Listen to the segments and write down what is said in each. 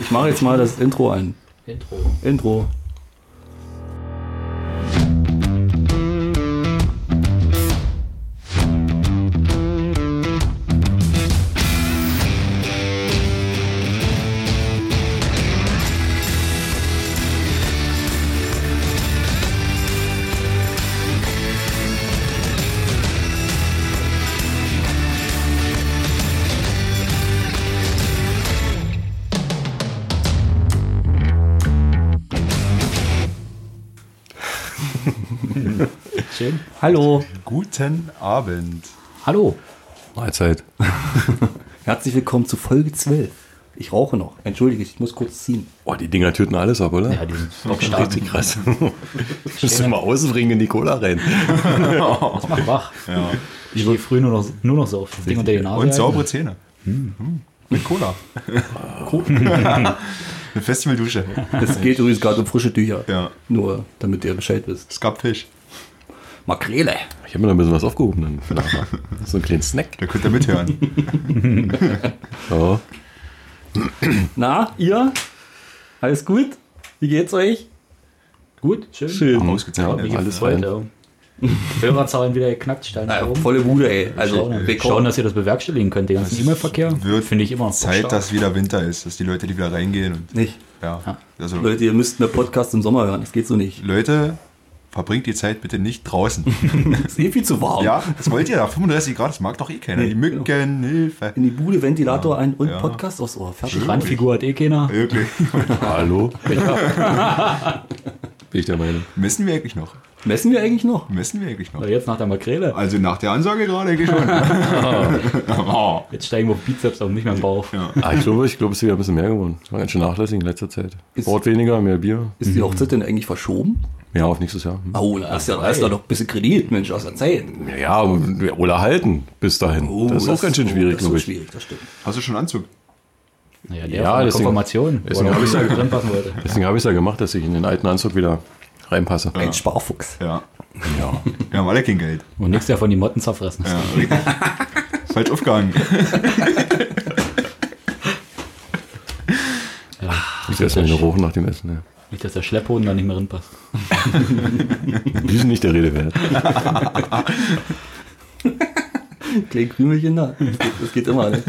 Ich mache jetzt mal das Intro ein. Intro. Intro. Schön. Hallo. Guten Abend. Hallo. Mahlzeit. Herzlich willkommen zu Folge 12. Ich rauche noch. Entschuldige, ich muss kurz ziehen. Boah, die Dinger töten alles ab, oder? Ja, die sind doch Schon stark. richtig krass. Müssen wir mal außenbringen in die Cola rein. Das macht wach. Ja. Ich gehe früh nur noch, nur noch so auf das Ding unter die Nase. Und halten. saubere Zähne. Mhm. Mit Cola. Eine Festivaldusche. Es geht übrigens gerade um frische Tücher. Ja. Nur, damit ihr Bescheid wisst. Es gab Fisch. Makrele. Ich habe mir da ein bisschen was aufgehoben. Dann für nachher. so einen kleinen Snack. Da könnt ihr mithören. Ja. Na, ihr? Alles gut? Wie geht's euch? Gut, schön. Schön. Ausgezeichnet. Mhm. Ja, alles rein. Ja. Hörerzahlen wieder geknackt, Stein. Na, nach oben. volle Bude, ey. Also, Schauen, Rekord. schauen, dass ihr das bewerkstelligen könnt. Den ganzen E-Mail-Verkehr Wird finde ich immer Zeit, stark. dass wieder Winter ist, dass die Leute, die wieder reingehen. Und, Nicht. ja. Also, Leute, ihr müsst einen Podcast im Sommer hören. Das geht so nicht. Leute, verbringt die Zeit bitte nicht draußen. Es ist eh viel zu warm. ja, das wollt ihr da. 35 Grad, das mag doch eh keiner. Die Mücken, Hilfe. In die Bude, Ventilator ein und Ja. Podcast aufs Ohr. Fertig. Randfigur hat eh keiner. Wirklich. Hallo. Bin ich der Meinung. Messen wir eigentlich noch? Messen wir eigentlich noch? Messen wir eigentlich noch? Aber Jetzt nach der Makrele. Also nach der Ansage gerade eigentlich schon. oh. Jetzt steigen wir auf Bizeps auf, nicht mehr im Bauch. Ah, ich glaube, ich glaube, es ist wieder ein bisschen mehr geworden. Ich war ganz schön nachlässig in letzter Zeit. Brot weniger, mehr Bier. Ist Mhm. die Hochzeit denn eigentlich verschoben? Mehr auf nächstes Jahr. Hm. Oh, da hast du ja, da hast du ja noch ein bisschen Kredit, Mensch, aus der Zeit. Ja, oder halten bis dahin. Oh, das ist auch ganz schön oh, schwierig, Das ist glaube so ich. schwierig, das stimmt. Hast du schon Anzug? Ja, Ja, der von der deswegen- Konfirmation. deswegen wo er hab ich's noch ja nicht reinpassen wollte. Deswegen habe ich es ja gemacht, dass ich in den alten Anzug wieder reinpasse. Ein Sparfuchs. Ja. Ja. Wir haben alle kein Geld. Und nichts davon die Motten zerfressen. Ja, richtig. Falsch aufgehangen. Ich esse eine Rochen nach dem Essen. Ja. Nicht, dass der Schlepphoden da nicht mehr reinpasst. Die sind nicht der Rede wert. Kleine Krümelchen da. Das geht, das geht immer, ne?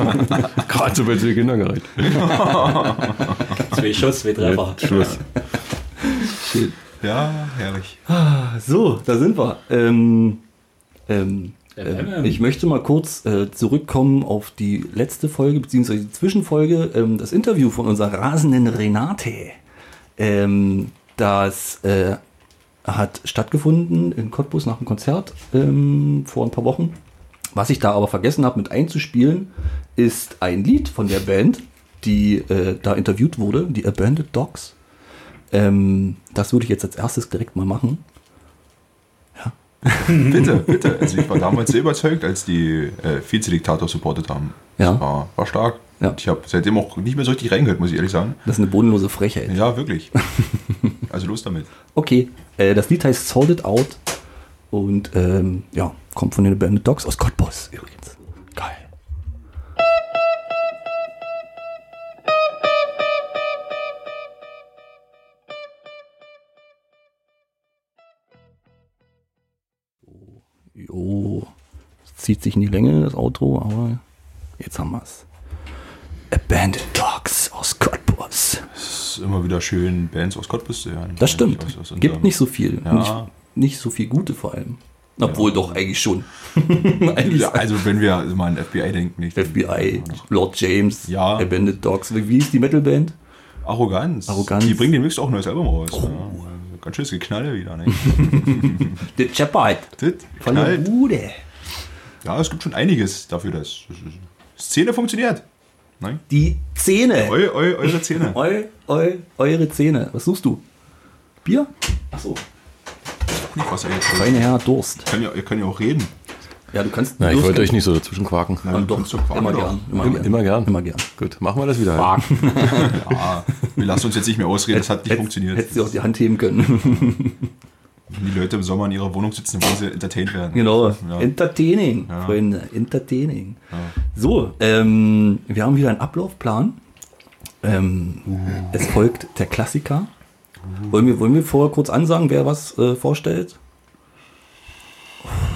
Gerade so bei den Kindern gereicht. Zwei Schuss, zwei Treffer. Schluss. Ja, herrlich. Ah, So, da sind wir. Ähm, ähm, Ähm. ähm, ich möchte mal kurz äh, zurückkommen auf die letzte Folge, beziehungsweise die Zwischenfolge, ähm, das Interview von unserer rasenden Renate. Ähm, das äh, hat stattgefunden in Cottbus nach dem Konzert ähm, vor ein paar Wochen. Was ich da aber vergessen habe mit einzuspielen, ist ein Lied von der Band, die äh, da interviewt wurde, die Abandoned Dogs. Ähm, das würde ich jetzt als erstes direkt mal machen. Bitte, bitte. Also ich war damals sehr überzeugt, als die äh, Vize-Diktator supportet haben. Ja. Das war, war stark. Ja. Ich habe seitdem auch nicht mehr so richtig reingehört, muss ich ehrlich sagen. Das ist eine bodenlose Frechheit. Ja, wirklich. Also los damit. Okay, äh, das Lied heißt Sold It Out und ähm, ja, kommt von den Bandit Dogs aus Cottbus übrigens. Geil. Jo, es zieht sich in die Länge das Outro, aber jetzt haben wir's. Abandoned Dogs aus Cottbus. Es ist immer wieder schön, Bands aus Cottbus zu hören. Das stimmt. Aus- aus Gibt unserem- nicht so viel. ähm, Ja. Nicht, nicht so viel gute vor allem. Obwohl doch eigentlich schon. eigentlich Ja, also wenn wir mal an FBI denken, nicht? FBI, Lord James, Ja. Abandoned Dogs. Wie wie ist die Metalband? Arroganz. Arroganz. Oh. Die bringen demnächst auch ein neues Album raus. Ja. Ganz schönes Geknalle wieder. Ne? The Shepherd. Das Von der knallt. Bude. Ja, es gibt schon einiges dafür, dass dass- dass- Szene funktioniert. Nein? Die Zähne. Eu, eu, eure Zähne. Eu, eu, eure Zähne. Was suchst du? Bier? Achso. Nicht, was also, ihr jetzt wollt. Feine Herr Durst. Könnt ihr, ihr könnt ja auch reden. Ja, du kannst. Na, ich Durst wollte euch kannst- nicht so dazwischen quaken. Dann du doch. kannst doch quatschen, immer, doch. gern, immer, Immer, gern. immer gern. Immer gern. Gut, machen wir das wieder. Halt. Ah, wir lassen uns jetzt nicht mehr ausreden, das hat nicht Hättest- funktioniert. Hättest du auch die Hand heben können. Wenn die Leute im Sommer in ihrer Wohnung sitzen, wollen sie entertained werden. Genau, Ja. entertaining, Freunde, entertaining. So, ähm, wir haben wieder einen Ablaufplan. Ähm, Es folgt der Klassiker. Uh. Wollen wir, wollen wir vorher kurz ansagen, wer was äh, vorstellt?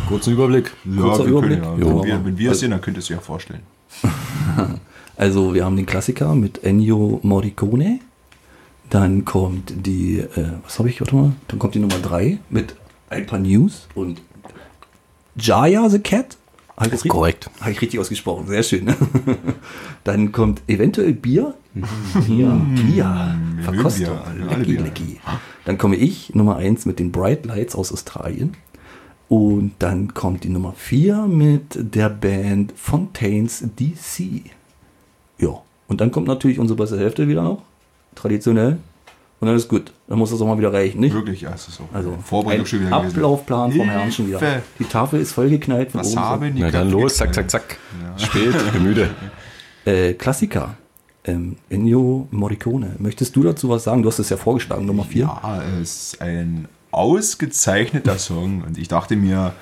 Kurzen Überblick. Ja, Kurzer wir Überblick. können, ja. Jo, Also- Wenn, wir, machen wenn wir es sehen, dann könnt ihr es ja vorstellen. Also wir haben den Klassiker mit Ennio Morricone. Dann kommt die, äh, was habe ich, warte mal, dann kommt die Nummer 3 mit ein paar News und Jaya the Cat. Hab ich das richtig- korrekt. Habe ich richtig ausgesprochen, sehr schön. ne? dann kommt eventuell Bier. Bier. Bier. Mhm. wir Verkostung. mögen Bier, wir alle Lecky, Bier. lecky. Dann komme ich, Nummer 1 mit den Bright Lights aus Australien. Und dann kommt die Nummer 4 mit der Band Fontaines DC. Ja, und dann kommt natürlich unsere beste Hälfte wieder noch. Traditionell. Und dann ist gut. Dann muss das auch mal wieder reichen, nicht? Wirklich, ja, es ist so. Also, Vorbereitung ein schon wieder gewesen. Ablaufplan vom Herrn schon wieder. Hilfe! Die Tafel ist vollgeknallt von Was oben. haben die Na dann Köpfe los, zack, zack, geknallt? zack. Spät, müde. Äh, Klassiker. Ähm, Ennio Morricone. Möchtest du dazu was sagen? Du hast es ja vorgeschlagen, Nummer 4. Ja, es ist ein ausgezeichneter Song und ich dachte mir,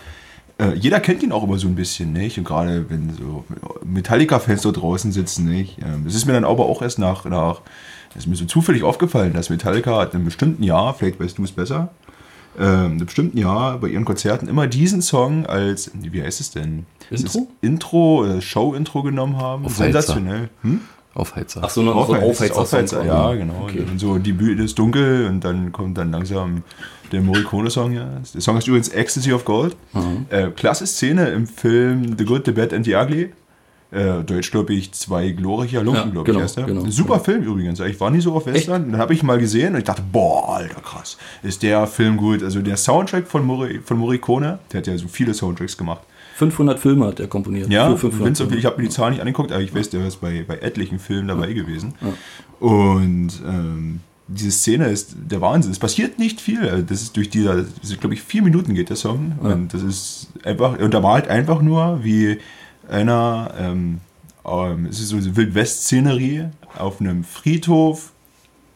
äh, jeder kennt ihn auch immer so ein bisschen, nicht? Und gerade wenn so Metallica-Fans so draußen sitzen, nicht? Ähm, Es ist mir dann aber auch erst nach, nach, es ist mir so zufällig aufgefallen, dass Metallica hat in einem bestimmten Jahr, vielleicht weißt du es besser, ähm, in einem bestimmten Jahr bei ihren Konzerten immer diesen Song als, wie heißt es denn? Es ist Intro? Intro, äh, Show-Intro genommen haben. Aufheizer. Sensationell. Hm? Aufheizer. so, eine Aufheiz- Aufheizer, ja, genau. Und so die Bühne ist dunkel und dann kommt dann langsam der Morricone-Song. Ja. Der Song ist übrigens Ecstasy of Gold. Äh, klasse Szene im Film The Good, The Bad and The Ugly. Äh, Deutsch, glaube ich, zwei glorreicher Lumpen, Ja, glaube genau, ich. Erst, ne? genau. Super Film übrigens. Ich war nie so auf Western. Dann habe ich ihn mal gesehen und ich dachte, boah, alter, krass. Ist der Film gut. Also der Soundtrack von, Mori von Morricone, der hat ja so viele Soundtracks gemacht. 500 Filme hat er komponiert. Ja, Für 500 Vince, Filme. ich habe mir die Zahl nicht angeguckt, aber ich weiß, der ist bei, bei etlichen Filmen dabei gewesen. Und ähm, diese Szene ist der Wahnsinn. Es passiert nicht viel. Also Das ist durch dieser, glaube ich, vier Minuten geht der Song. Und das ist einfach, und da war halt einfach nur wie einer, ähm, ähm, es ist so eine Wildwest-Szenerie auf einem Friedhof,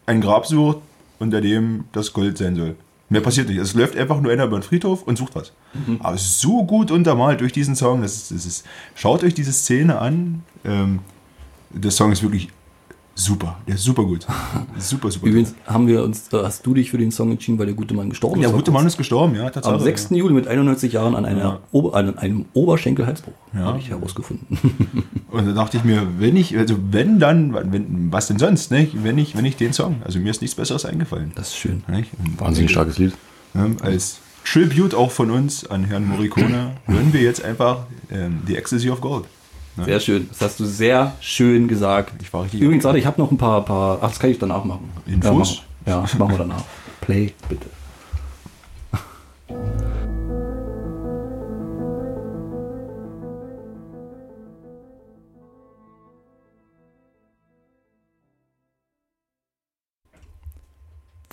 ein Grab sucht, unter dem das Gold sein soll. Mehr passiert nicht. Also Es läuft einfach nur einer über den Friedhof und sucht was. Mhm. Aber so gut untermalt durch diesen Song. Das ist, das ist, schaut euch diese Szene an. Ähm, der Song ist wirklich super. Der ist super gut. Super, super Übrigens haben wir uns, äh, hast du dich für den Song entschieden, weil der gute Mann gestorben gut. Der ist. gute Mann ist gestorben, ja, Am tatsächlich. 6. Juli mit 91 Jahren an, einer Ober, an einem Oberschenkelhalsbruch. Ja. Habe ich herausgefunden. Und da dachte ich mir, wenn ich, also wenn dann, wenn, was denn sonst, nicht? Wenn ich, wenn ich den Song, also mir ist nichts Besseres eingefallen. Das ist schön. Nicht? Und Wahnsinnig starkes Lied. Ähm, als Tribute auch von uns an Herrn Morricone hören wir jetzt einfach ähm, The Ecstasy of Gold. Sehr schön. Das hast du sehr schön gesagt. Ich war richtig- Übrigens, warte, ich habe noch ein paar, paar. Ach, das kann ich danach machen. Infos? Ja, machen wir, ja, machen wir danach. Play, bitte.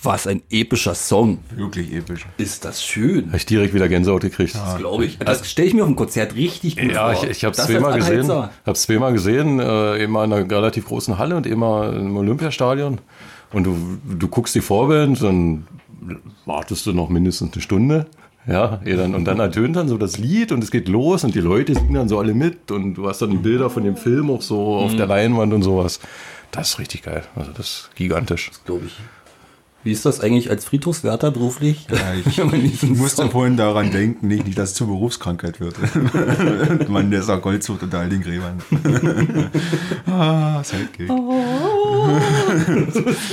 Was ein epischer Song. Wirklich episch. Ist das schön. Habe ich direkt wieder Gänsehaut gekriegt. Das glaube ich. Das stelle ich mir auf dem Konzert richtig gut Ja, vor. ich, ich habe es Das zweimal als gesehen. Anheizer. Hab's zweimal gesehen, äh, eben in einer relativ großen Halle und immer im Olympiastadion. Und du, du guckst die Vorband, dann wartest du noch mindestens eine Stunde. Ja, ehe dann, und dann ertönt dann so das Lied und es geht los und die Leute singen dann so alle mit und du hast dann die Bilder von dem Film auch so auf Mhm. der Leinwand und sowas. Das ist richtig geil. Also das ist gigantisch. glaube ich. Wie ist das eigentlich als Friedhofswärter beruflich? ich- Wenn man diesen Ich musste Song- vorhin daran denken, nicht, nicht dass es zur Berufskrankheit wird. Man, der ist auch Goldzucht unter all den Gräbern. ah, Sidekick. Oh.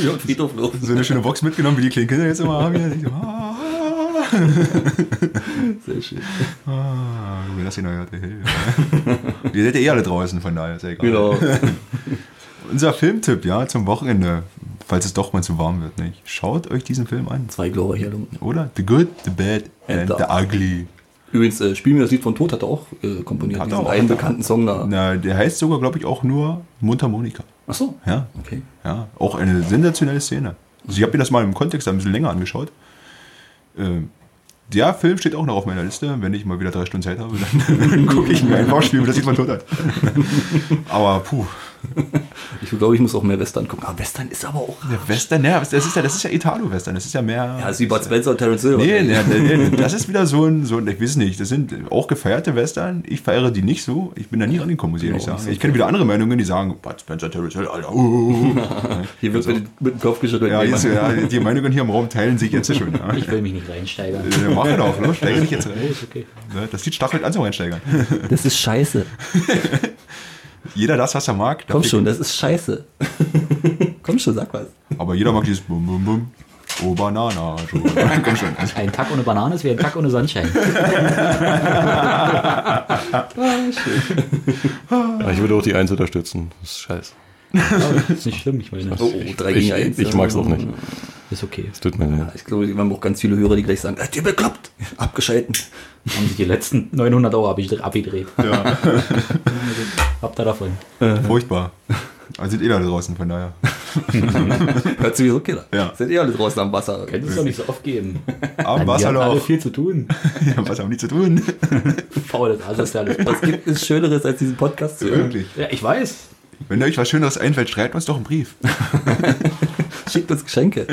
Ja, Friedhof los. So eine schöne Box mitgenommen, wie die kleinen Kinder jetzt immer haben. Hier. Ah, Sehr schön. ah, wenn das hier noch hört, ey. Ihr seid ja eh alle draußen, von daher ist ja egal. Genau. Unser Filmtipp, ja, zum Wochenende, falls es doch mal zu warm wird, nicht? Schaut euch diesen Film an, Zwei glorreiche Lumpen. oder? The Good, The Bad and, And the, Ugly. Übrigens, äh, Spiel mir das Lied von Tod hat er auch äh, komponiert. Hat er diesen auch, einen hat er. bekannten Song da. Na, der heißt sogar, glaube ich, auch nur Mundharmonika. Ach so. Ja. Okay. Ja, auch eine sensationelle Szene. Also ich habe mir das mal im Kontext ein bisschen länger angeschaut. Ähm, der Film steht auch noch auf meiner Liste. Wenn ich mal wieder drei Stunden Zeit habe, dann gucke ich mir einfach Spiel, wie das sieht man tot hat. Aber puh, Ich glaube, ich muss auch mehr Western gucken. Aber Western ist aber auch. Der Western, ja, das ist ja, das ist ja Italo-Western, das ist ja mehr. Ja, ist wie Bud Spencer und Terence Hill. Nee, nee, nee, nee, das ist wieder so ein, so ein, ich weiß nicht, das sind auch gefeierte Western. Ich feiere die nicht so. Ich bin da nie rangekommen, muss ich ehrlich Genau, sagen. so Ich kenne wieder andere Meinungen, die sagen, Bud Spencer, Terrence Hill, Alter. Uh, Hier wird mit, mit dem Kopf geschüttelt. ja, jetzt, Mann. ja, die Meinungen hier im Raum teilen sich jetzt schon. Ja. Ich will mich nicht reinsteigern. Äh, Mach ihn auf, ne? steige dich jetzt Nee, rein. ist okay. Ne? Das Lied stachelt an zum Reinsteigern. Das ist scheiße. Jeder das, was er mag. Komm darf schon, das ist scheiße. Komm schon, sag was. Ich, aber jeder mag dieses Bum Bum Bum. Oh, Banana. Joe. Komm schon. Ein Tag ohne Banane ist wie ein Tag ohne Sonnenschein. Ja, ich würde auch die Eins unterstützen. Das ist scheiße. Aber Genau, ist nicht schlimm, ich meine. Oh, oh, drei gegen ich, eins. Ich, ich mag es auch nicht. Ist okay. Es tut mir leid. Ich glaube, wir haben auch ganz viele Hörer, die gleich sagen, "Äh, ihr bekloppt, abgeschalten. Haben sich die letzten 900 Euro abgedreht. abgedreht. Ja. Habt ihr davon? Furchtbar. Aber sind eh da draußen, von daher. Hört sich so Killer. Ja. Sind eh alle draußen am Wasser. Könnt es doch nicht so oft geben. Am Wir haben alle Wasserloch. viel zu tun. Ja, was haben die zu tun? Faul, das ist ja alles. Was gibt es Schöneres, als diesen Podcast zu hören? Wirklich. Ja, ich weiß. Wenn euch was Schöneres einfällt, schreibt uns doch einen Brief. Schickt uns Geschenke.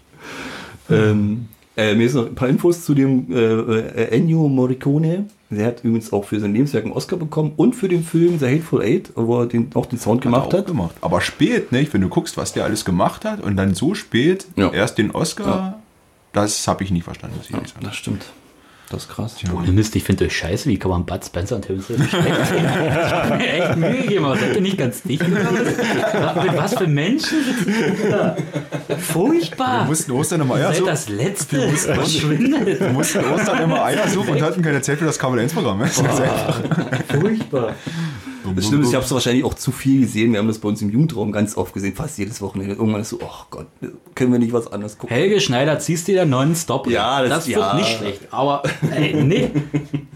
ähm, äh, mir ist noch ein paar Infos zu dem äh, äh, Ennio Morricone. Der hat übrigens auch für sein Lebenswerk einen Oscar bekommen und für den Film The Hateful Eight, wo er den, auch den Sound gemacht Auch hat. gemacht. Aber spät, nicht? Wenn du guckst, was der alles gemacht hat und dann so spät Ja. erst den Oscar, das habe ich nie verstanden, muss ich ehrlich sagen. Das stimmt. Das ist krass. Ohne Mist, ich finde euch scheiße. Wie kann man Bud Spencer und Terence Hill nicht schlecht finden? Ich hab mir echt Mühe gegeben, aber seid ihr nicht ganz dicht oder was? Was- Mit was für Menschen sitzen die da? Wir Furchtbar. mussten Ostern immer Eier Seid suchen. das Letzte. Verschwindet. Wir mussten Ostern immer Eier suchen und hatten keine Zeit für das kabel 1 programm Furchtbar. Das Schlimme ist, ich habe es wahrscheinlich auch zu viel gesehen. Wir haben das bei uns im Jugendraum ganz oft gesehen, fast jedes Wochenende. Irgendwann ist so, oh Gott, können wir nicht was anderes gucken? Helge Schneider ziehst dir da nonstop. rein. Ja, das- das wird ja. nicht schlecht. Aber ey, nee,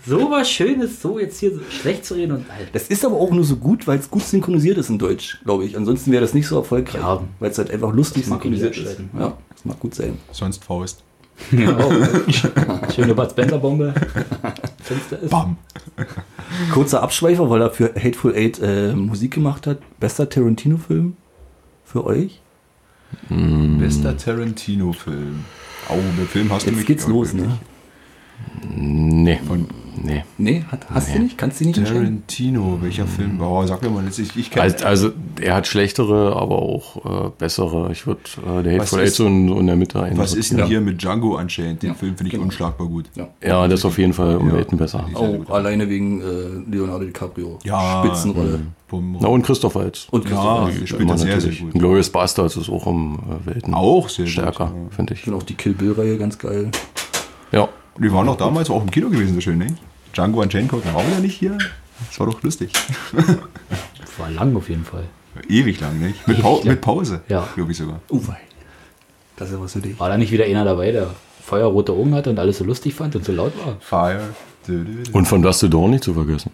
so was Schönes, so jetzt hier so schlecht zu reden und halt. Alter. Das ist aber auch nur so gut, weil es gut synchronisiert ist in Deutsch, glaube ich. Ansonsten wäre das nicht so erfolgreich, Ja. weil es halt einfach lustig mag synchronisiert ich nicht ist. Ja, das mag gut sein. Sonst Faust. Schöne Bud Spencer Bombe. Fenster ist. Bam. Kurzer Abschweifer, weil er für Hateful Eight äh, Musik gemacht hat. Bester Tarantino-Film für euch? Bester Tarantino-Film. Au, mit Film hast du Mhm. Jetzt mich geht's los, ne? Nee. nee. Nee, hat, hast du nicht? Kannst du nicht entscheiden? Tarantino, Mhm. welcher Film? Boah, sag mir mal, jetzt, ich, ich kenne. Also, also er hat schlechtere, aber auch äh, bessere. Ich würde äh, der Was Hateful ist- Eight so in, so in der Mitte ein. was ist denn ja. hier mit Django Unchained? Den Ja, Film finde ich genau. unschlagbar gut. Ja. Ja, das ist auf jeden Fall um Ja. Welten besser. Ja. Auch alleine wegen äh, Leonardo DiCaprio. Ja. Spitzenrolle. Bum. Na und Christoph Waltz. Und Ja, Christopher die Nolan. spielt das sehr, sehr gut. Glorious Bastards ist auch um äh, Welten Auch sehr gut, stärker, ja. finde ich. Ich finde auch die Kill Bill-Reihe ganz geil. Ja. Wir waren doch damals auch im Kino gewesen, so schön, ne? Django Unchained kommt auch wieder nicht hier. Das war doch lustig. War lang auf jeden Fall. Ewig lang, nicht? Mit, Pau lang. mit Pause, Ja. glaube ich sogar. Uwe. Das ist ja was für dich. War da nicht wieder einer dabei, der feuerrote Augen hatte und alles so lustig fand und so laut war? Fire. Dö, dö, dö. Und von Dusty Dawn nicht zu vergessen.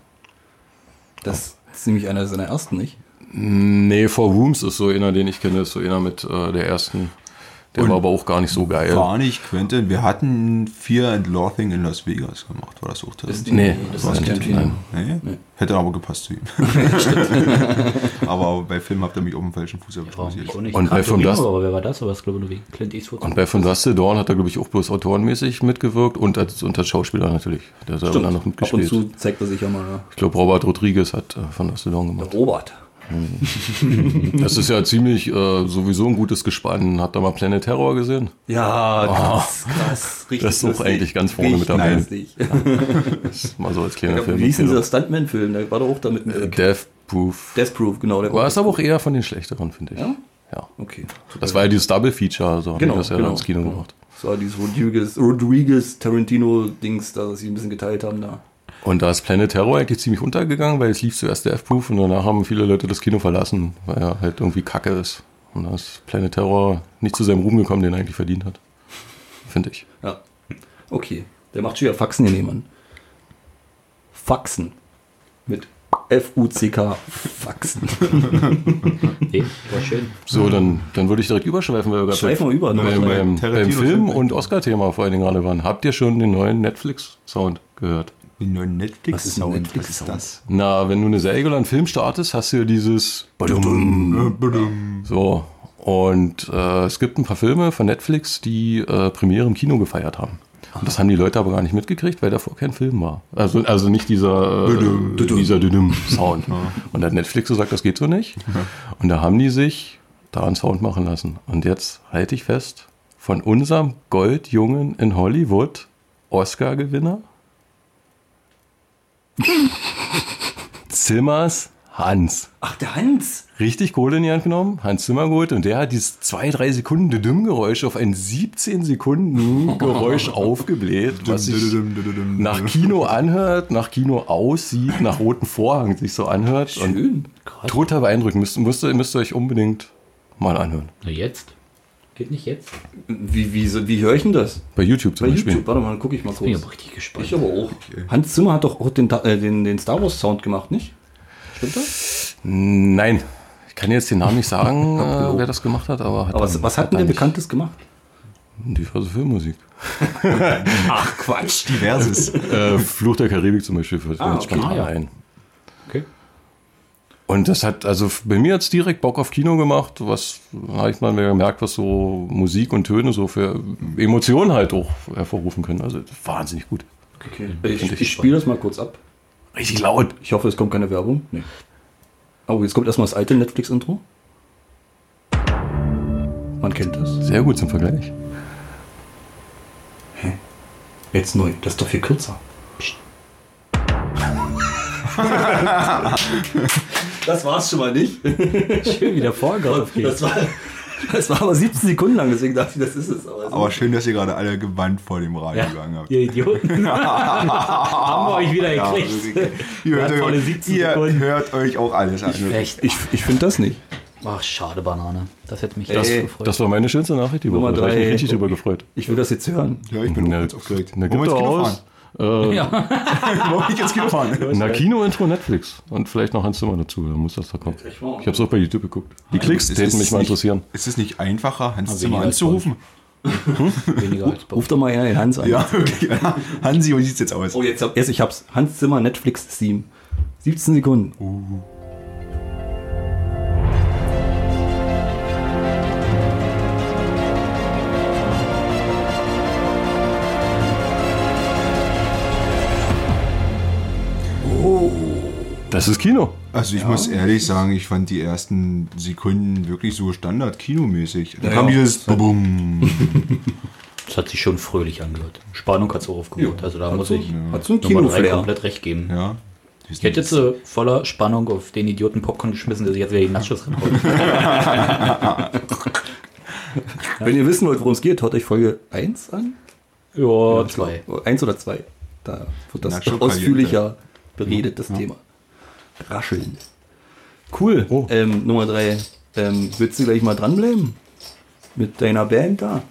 Das ist nämlich einer seiner ersten, nicht? Nee, For Rooms ist so einer, den ich kenne, ist so einer mit äh, der ersten. Der Und war aber auch gar nicht so geil. War nicht, Quentin. Wir hatten Fear and Loathing in Las Vegas gemacht. War das auch das? Nee, das war ist nicht. Tarantino. Nein. Nee? Hätte aber gepasst zu ihm. aber bei Film habt ihr mich auf dem falschen Fuß erwischt. muss ich ehrlich sagen. nicht Und bei Tarantino, From Dust- aber wer war das? Aber das glaube ich nur wegen Clint Eastwood. Und bei Von Dusty Dawn hat er, glaube ich, auch bloß autorenmäßig mitgewirkt und als, und als Schauspieler natürlich. Der hat dann noch Ab und mitgespielt. zu zeigt er sich ja mal. Ne? Ich glaube, Robert Rodriguez hat äh, Von Dusty Dawn Der gemacht. Robert. Das ist ja ziemlich äh, sowieso ein gutes Gespann. Habt ihr mal Planet Terror gesehen? Ja, krass, krass. Richtig Oh. Das ist auch lustig. eigentlich ganz vorne mit Richtig dabei. lustig. Das mal so als Ja, kleiner Film. Wie hieß denn dieser Stuntman-Film? Der war doch auch damit mit. Äh, Death Proof. Death Proof, genau. Der War es aber auch eher von den schlechteren, finde ich. Ja? ja. Okay. Das war ja dieses Double Feature, also haben die Genau, das ja genau, dann ins Kino genau. gemacht. Das war dieses Rodriguez, Rodriguez Tarantino-Dings, da sie ein bisschen geteilt haben da. Und da ist Planet Terror eigentlich ziemlich untergegangen, weil es lief zuerst der F-Proof und danach haben viele Leute das Kino verlassen, weil er halt irgendwie kacke ist. Und da ist Planet Terror nicht zu seinem Ruhm gekommen, den er eigentlich verdient hat. Finde ich. Ja. Okay. Der macht schon wieder Faxen hier nebenan. Faxen. Mit F-U-C-K. Faxen. Nee, war schön. So, dann, dann würde ich direkt überschweifen, weil wir Schweifen gerade wir über. beim, Ne? beim, Tarantino beim Film- Film. und Oscar-Thema vor allen Dingen gerade waren. Habt ihr schon den neuen Netflix-Sound gehört? Den neuen Netflix? Was ist ein Netflix? Was ist das? Na, wenn du eine Serie oder einen Film startest, hast du ja dieses So. Und äh, es gibt ein paar Filme von Netflix, die äh, Premiere im Kino gefeiert haben. Und Ah. das haben die Leute aber gar nicht mitgekriegt, weil davor kein Film war. Also, also nicht dieser, Düdüm, äh, dieser düdüm Sound. Und dann hat Netflix gesagt, das geht so nicht. Und da haben die sich da einen Sound machen lassen. Und jetzt halte ich fest, von unserem Goldjungen in Hollywood, Oscar-Gewinner, Zimmers Hans Ach, der Hans. richtig Kohle in die Hand genommen, Hans Zimmer geholt, und der hat dieses zwei, drei Sekunden Düdüm-Geräusch auf ein 17 Sekunden Geräusch aufgebläht, was sich nach Kino anhört, nach Kino aussieht, nach roten Vorhang sich so anhört. Und Schön. total beeindruckend. Müsst, müsst, ihr- müsst ihr euch unbedingt mal anhören. Na jetzt? Geht nicht jetzt? Wie, wie, so- wie höre ich denn das? Bei YouTube zum Bei Beispiel. YouTube, warte mal, gucke ich mal Bin ich kurz. aber richtig Ich gespannt. aber auch. Hans Zimmer hat doch auch den, Ta- äh, den, den Star Wars Sound gemacht, nicht? Stimmt das? Nein, ich kann jetzt den Namen nicht sagen, äh, wer das gemacht hat, aber hat Aber was, was hat denn der Bekanntes gemacht? Diverse Filmmusik. Ach Quatsch. Diverses. äh, Fluch der Karibik zum Beispiel fällt Ah, mir jetzt okay. spontan Ah, ja. ein. Okay. Und das hat, also f- bei mir hat es direkt Bock auf Kino gemacht, was habe ich mal mehr gemerkt, was so Musik und Töne so für Emotionen halt auch hervorrufen können. Also wahnsinnig gut. Okay. Ich, ich spiele das mal kurz ab. Richtig laut. Ich hoffe, es kommt keine Werbung. Nee. Oh, jetzt kommt erstmal das alte Netflix-Intro. Man kennt das. Sehr gut zum Vergleich. Jetzt neu. Das ist doch viel kürzer. Das war's schon mal nicht. Schön, wie der Vorgriff geht. Das war, das war aber 17 Sekunden lang, deswegen dachte ich, das ist es. Aber, Aber schön, dass ihr gerade alle gewandt vor dem Radio gegangen Ja, habt. ihr Idioten. Haben wir euch wieder gekriegt. Ihr, hört Wertvolle euch, 17 ihr Sekunden. hört euch auch alles an. Echt. ich ich finde das nicht. Ach, schade, Banane. Das hätte mich Das- echt Das war meine schönste Nachricht die Woche. Nummer Da habe ich mich drei. richtig drüber gefreut. Ich will das jetzt hören. Ja, ich bin auch Na, ganz aufgeregt. Na, Wollen gibt wir doch ins Kino aus. Äh, fahren? Wollen wir nicht ins Kino fahren? Na, Kino-Intro Netflix. Und vielleicht noch Hans Zimmer dazu. Dann muss das da kommen. Ich habe es auch bei YouTube geguckt. Die Ist- Klicks täten Also, ist mich mal nicht- interessieren. Ist es nicht einfacher, Hans Zimmer weniger als anzurufen? weniger als bei Ruf doch mal den Hans an. Ja, wirklich. Hansi, wie sieht's jetzt aus? Oh, jetzt hab, jetzt, ich hab's. Hans Zimmer, Netflix Steam. 17 Sekunden. Das ist Kino. Also ich muss ehrlich sagen, ich fand die ersten Sekunden wirklich so Standard-Kinomäßig. Dann Ja, kam ja. dieses Bum. Das hat sich schon fröhlich angehört. Spannung hat es auch aufgebaut. Also da muss ich Hat so ein Nummer drei Kinoflair. komplett recht geben. Ja. Ich hätte jetzt äh, voller Spannung auf den Idioten Popcorn geschmissen, der sich jetzt wieder die Nachschuss reinhaut. Wenn ihr wissen wollt, worum es geht, hört euch Folge 1 an. ja, zwei. Eins oder zwei. Da wird das Nacho ausführlicher beredet, das Thema. Rascheln. Cool. Oh. Ähm, Nummer drei. Ähm, willst du gleich mal dranbleiben? Mit deiner Band da.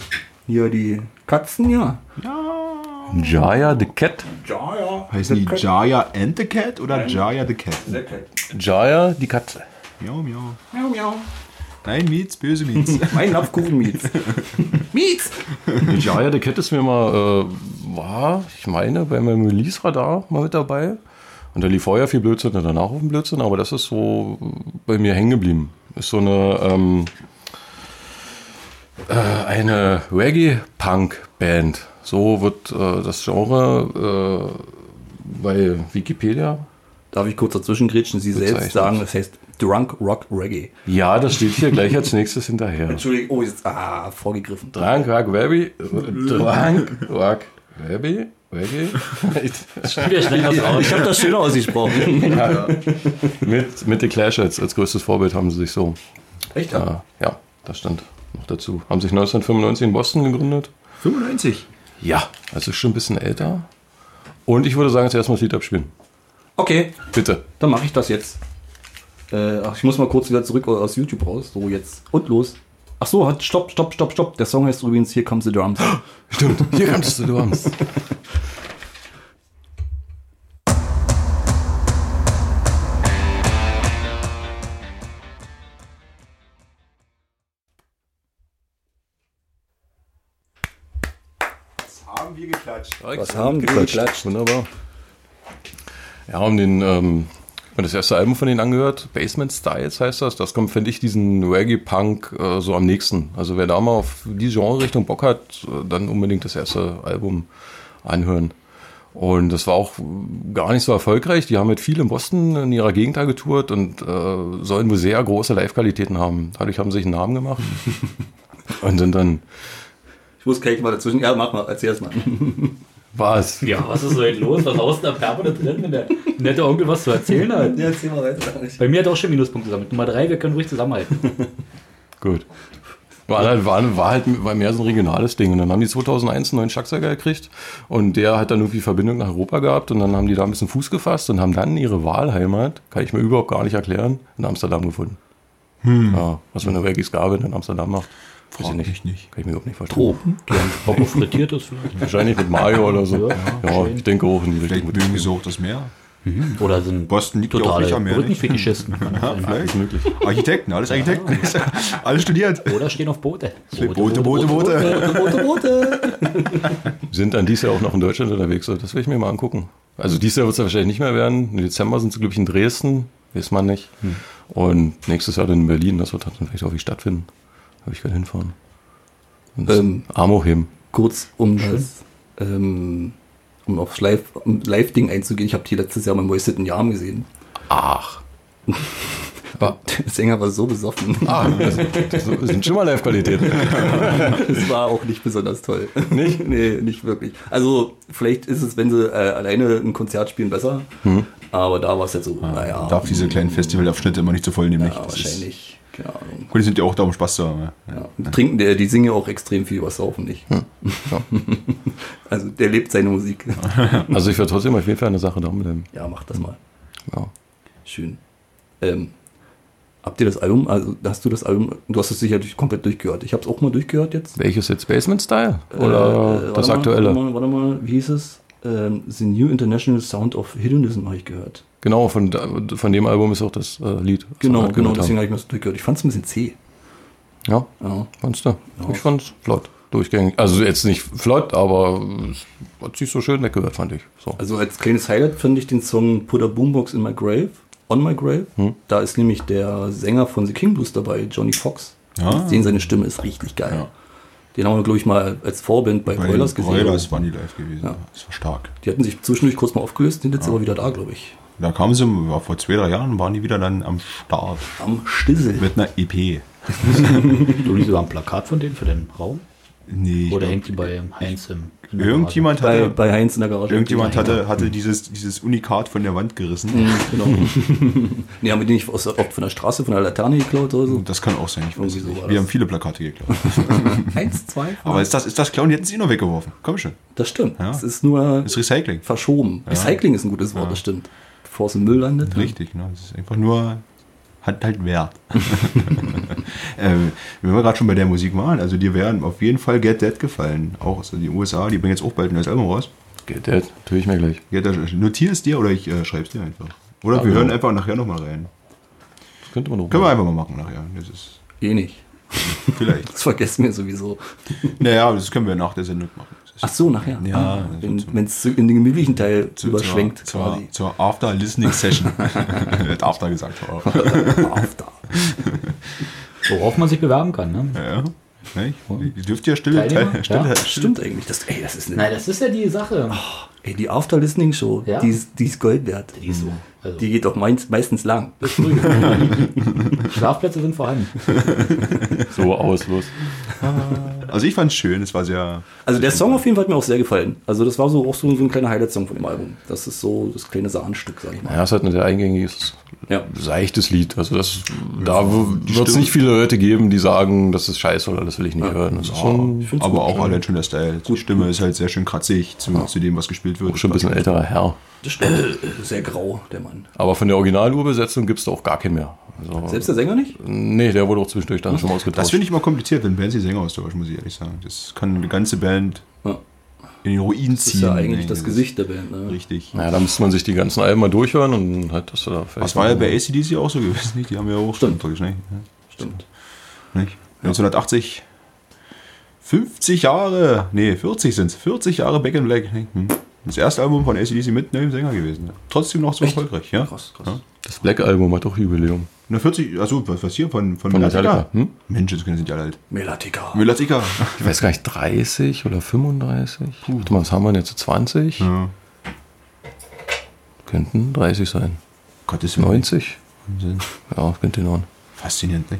Hier die Katzen, ja. Jaya the Cat. Heißen die Jaya and the Cat oder Jaya the Cat? Jaya die Katze. Miau, miau. Miau, miau. Nein, Mietz, böse Mietz. Mein Napfkuchen Mietz. Mietz! Jaya the Cat ist mir mal, äh, war, ich meine, bei meinem Release-Radar mal mit dabei. Und da lief vorher viel Blödsinn und danach auch ein Blödsinn, aber das ist so bei mir hängen geblieben. Ist so eine, ähm, äh, eine Reggae-Punk-Band. So wird äh, das Genre äh, bei Wikipedia Darf ich kurz dazwischen grätschen? Sie selbst Bezeichnet. sagen, das heißt Drunk Rock Reggae. Ja, das steht hier gleich als nächstes hinterher. Entschuldigung, oh, jetzt, ah, vorgegriffen. Drunk Rock Webby. Drunk Rock Webby. Webby. Wieder schnell was raus. Ich habe das schöner ausgesprochen. mit, mit The Clash als, als größtes Vorbild haben sie sich so. Echt? Äh, ja, das stand noch dazu. Haben sich 1995 in Boston gegründet. 95. Ja, also schon ein bisschen älter. Und ich würde sagen, jetzt erstmal das Lied abspielen. Okay, Bitte. Dann mache ich das jetzt. Äh, ach, ich muss mal kurz wieder zurück aus YouTube raus. So, jetzt. Und los. Ach so, halt, stopp, stopp, stopp, stopp. Der Song heißt übrigens Here Comes the Drums. Stimmt, hier kommst du, du Angst. Das haben wir geklatscht. haben wir geklatscht? Wunderbar. Ja, haben den, ähm, haben das erste Album von denen angehört, Basement Styles heißt das. Das kommt, finde ich, diesen Reggae-Punk äh, so am nächsten. Also wer da mal auf die Genre-Richtung Bock hat, äh, dann unbedingt das erste Album anhören. Und das war auch gar nicht so erfolgreich. Die haben mit viel in Boston in ihrer Gegend da getourt und äh, sollen wohl sehr große Live-Qualitäten haben. Dadurch haben sie sich einen Namen gemacht und sind dann, Ich muss gleich mal dazwischen. Ja, mach mal, erzähl erst mal. was? Ja, was ist denn los? Was haust du da permanent drin, wenn der nette Onkel was zu erzählen hat? Ja, erzähl mal weiter. Bei mir hat er auch schon Minuspunkte gesammelt. Nummer drei, wir können ruhig zusammenhalten. Gut. War halt, war, war halt war mehr so ein regionales Ding. Und dann haben die 2001 einen neuen Schlagzeuger gekriegt und der hat dann irgendwie Verbindung nach Europa gehabt und dann haben die da ein bisschen Fuß gefasst und haben dann ihre Wahlheimat, kann ich mir überhaupt gar nicht erklären, in Amsterdam gefunden. Ja, was für eine Reggae-Skabe in Amsterdam macht. Weiß ich Hm. Frag nicht. mich nicht. Kann ich mir überhaupt nicht verstehen. Tropen, die haben Bock auf frittiertes vielleicht. Wahrscheinlich mit Mayo oder so. Ja, Ja, ich denke auch in die Vielleicht Richtung. mögen sie auch das Meer. Oder sind Boston liegt ja auch totale nicht am Meer, nicht? Brückenfetischisten. Ja, Ah, vielleicht. Möglich. Architekten, alles Architekten. alles studiert. Oder stehen auf Boote. Boote, Boote, Boote. Rote, rote. Sind dann dies Jahr auch noch in Deutschland unterwegs. so, Das will ich mir mal angucken. Also dies Jahr wird es wahrscheinlich nicht mehr werden. Im Dezember sind sie, glaube ich, in Dresden. Weiß man nicht. Hm. Und nächstes Jahr dann in Berlin. Das wird dann vielleicht auch wie stattfinden. Da würde ich gerne hinfahren. Und Ähm. Armohim. Kurz, um das, ähm, um aufs Live- um Live-Ding einzugehen. Ich habe die letztes Jahr beim Wasted in Jahren gesehen. Ach. Ah, Der Sänger war so besoffen. ah, das, das sind schon mal Live-Qualitäten. Es war auch nicht besonders toll. Nicht? nee, nicht wirklich. Also, vielleicht ist es, wenn sie äh, alleine ein Konzert spielen, besser. Aber da war es jetzt so, naja. Hm. Ah, Darf diese kleinen Festivalabschnitte immer nicht zu voll nehmen. ja, wahrscheinlich. Keine Ahnung. Gut, die sind ja auch da, um Spaß zu haben. ja. Hm. Ja. Und Die trinken, der, die singen ja auch extrem viel, was saufen nicht. also, der lebt seine Musik. Also ich werde trotzdem auf jeden Fall eine Sache dranbleiben. Ja, mach das mal. Ja. Schön. Ähm, habt ihr das Album, also hast du das Album, du hast es sicherlich komplett durchgehört. Ich habe es auch mal durchgehört jetzt. Welches jetzt? Basement-Style? Oder Äh, äh, das warte aktuelle? Mal, warte, mal, warte mal, wie hieß es? Ähm, The New International Sound of Hedonism habe ich gehört. Genau, von, da- von dem Album ist auch das äh, Lied. was wir Genau, genau, gerade gehört deswegen haben. habe ich mir das durchgehört. Ich fand es ein bisschen zäh. Ja, Ja. fandst du? Ich fand's flott. Durchgängig. Also jetzt nicht flott, aber es hat sich so schön weggehört, fand ich. So. Also als kleines Highlight finde ich den Song Put a Boombox in My Grave, On My Grave. Hm. Da ist nämlich der Sänger von The King Blues dabei, Johnny Fox. Ah. Sehen seine Stimme ist richtig geil. Ja. Den haben wir, glaube ich, mal als Vorband bei, Bei den Oilers gesehen. Oilers waren die live gewesen. Ja. Das war stark. Die hatten sich zwischendurch kurz mal aufgelöst, sind jetzt aber wieder da, glaube ich. Da kamen sie, war vor zwei, drei Jahren waren die wieder dann am Start Am Stissel. mit einer E EP. Du liest sogar ein Plakat von denen für den Raum? Nee, ich Oder glaub, hängt die bei Heinz im... in der irgendjemand Bei, hatte, bei Heinz in der Garage. irgendjemand hatte, hatte dieses, dieses Unikat von der Wand gerissen. Genau. nee, haben wir die nicht aus, auch von der Straße, von der Laterne geklaut oder so? Das kann auch sein, ich weiß es Irgendwie so war nicht. das. Wir haben viele Plakate geklaut. Eins, zwei. Aber ist das, ist das Clown, die hätten sie eh noch weggeworfen. Komm schon. Das stimmt. Ja. Es ist nur Das ist Recycling. verschoben. Recycling ist ein gutes Wort, das stimmt. Bevor es im Müll landet. Richtig, ne? Das ist einfach nur, hat halt Wert. ähm, wenn wir gerade schon bei der Musik waren, also dir werden auf jeden Fall Get Dead gefallen. Auch aus den USA, die bringen jetzt auch bald ein neues Album raus. Geht der? Tue ich mir gleich. Get Dead, notier es dir oder ich äh, schreib's dir einfach. Oder Ah, wir ja. hören einfach nachher nochmal rein. Das könnte man doch Können wir einfach mal machen nachher. Das ist Eh nicht. vielleicht. Das vergessen wir sowieso. naja, das können wir nach der Sendung machen. Das ist Ach so, nachher. Ja, Ah, so zum- wenn es in den gemütlichen Teil zu- überschwenkt zur, quasi. zur, zur After Listening Session. Wird After gesagt. aber- After. Worauf man sich bewerben kann, ne? ja. Ne? Ihr dürft ja stille, Teilnehmer? Teil, stille, Ja. Stimmt eigentlich. Das, ey, das ist eine, Nein, das ist ja die Sache. ey, die After-Listening-Show, Ja. die, ist, die ist Gold wert. Die ist so. Also, Die geht doch meins- meistens lang. das ist früh. Schlafplätze sind vorhanden. So aus, los. Also ich fand's schön, es war sehr. Also der Song auf jeden Fall hat mir auch sehr gefallen. Also das war so auch so, so ein kleiner Highlight-Song von dem Album. Das ist so das kleine Sahnenstück, sag ich mal. Ja, es hat ein sehr eingängiges, Ja. seichtes Lied. Also das, da wird es Stimme. nicht viele Leute geben, die sagen, das ist scheiße oder das will ich nicht hören. Das ist schon, Mhm. find's aber gut, auch allein schon der Style. Die Stimme ist halt sehr schön kratzig zu, zu dem, was gespielt wird. schon ein bisschen älterer Herr. Das stimmt. Äh, Sehr grau, der Mann. Aber von der Original-Urbesetzung gibt es auch gar keinen mehr. Also, Selbst der Sänger nicht? nee, der wurde auch zwischendurch dann schon mal ausgetauscht. Hm? Das finde ich immer kompliziert, wenn Bands die Sänger austauschen, muss ich ehrlich sagen. Das kann eine ganze Band Ja. in den Ruin Das ziehen. ist ja eigentlich ey. das Gesicht der Band. Ne? Richtig. Ja, da müsste man sich die ganzen Alben mal durchhören und halt, dass du da vielleicht. Das war ja bei ACDC auch so gewesen, nicht? Die haben ja auch Stimmt. schon ne? Stimmt. Ja, nicht? 1980. 50 Jahre, nee, 40 sind's. 40 Jahre Back in Black. ne? Hm. Das erste Album von ACDC mit neuem Sänger gewesen. Trotzdem noch so erfolgreich, ja. Krass, krass. Ja. Das Black Album hat auch Jubiläum. Na 40, also was, was hier von, von, Von Metallica, hm? Mensch, das können sie nicht alle alt. Melatica. Metallica. Ich weiß gar nicht, 30 oder 35? Warte mal, was haben wir denn jetzt? 20? Ja. Könnten 30 sein. Gottes Willen. 90? Wahnsinn. Ja, könnte hinhauen. Faszinierend, ne?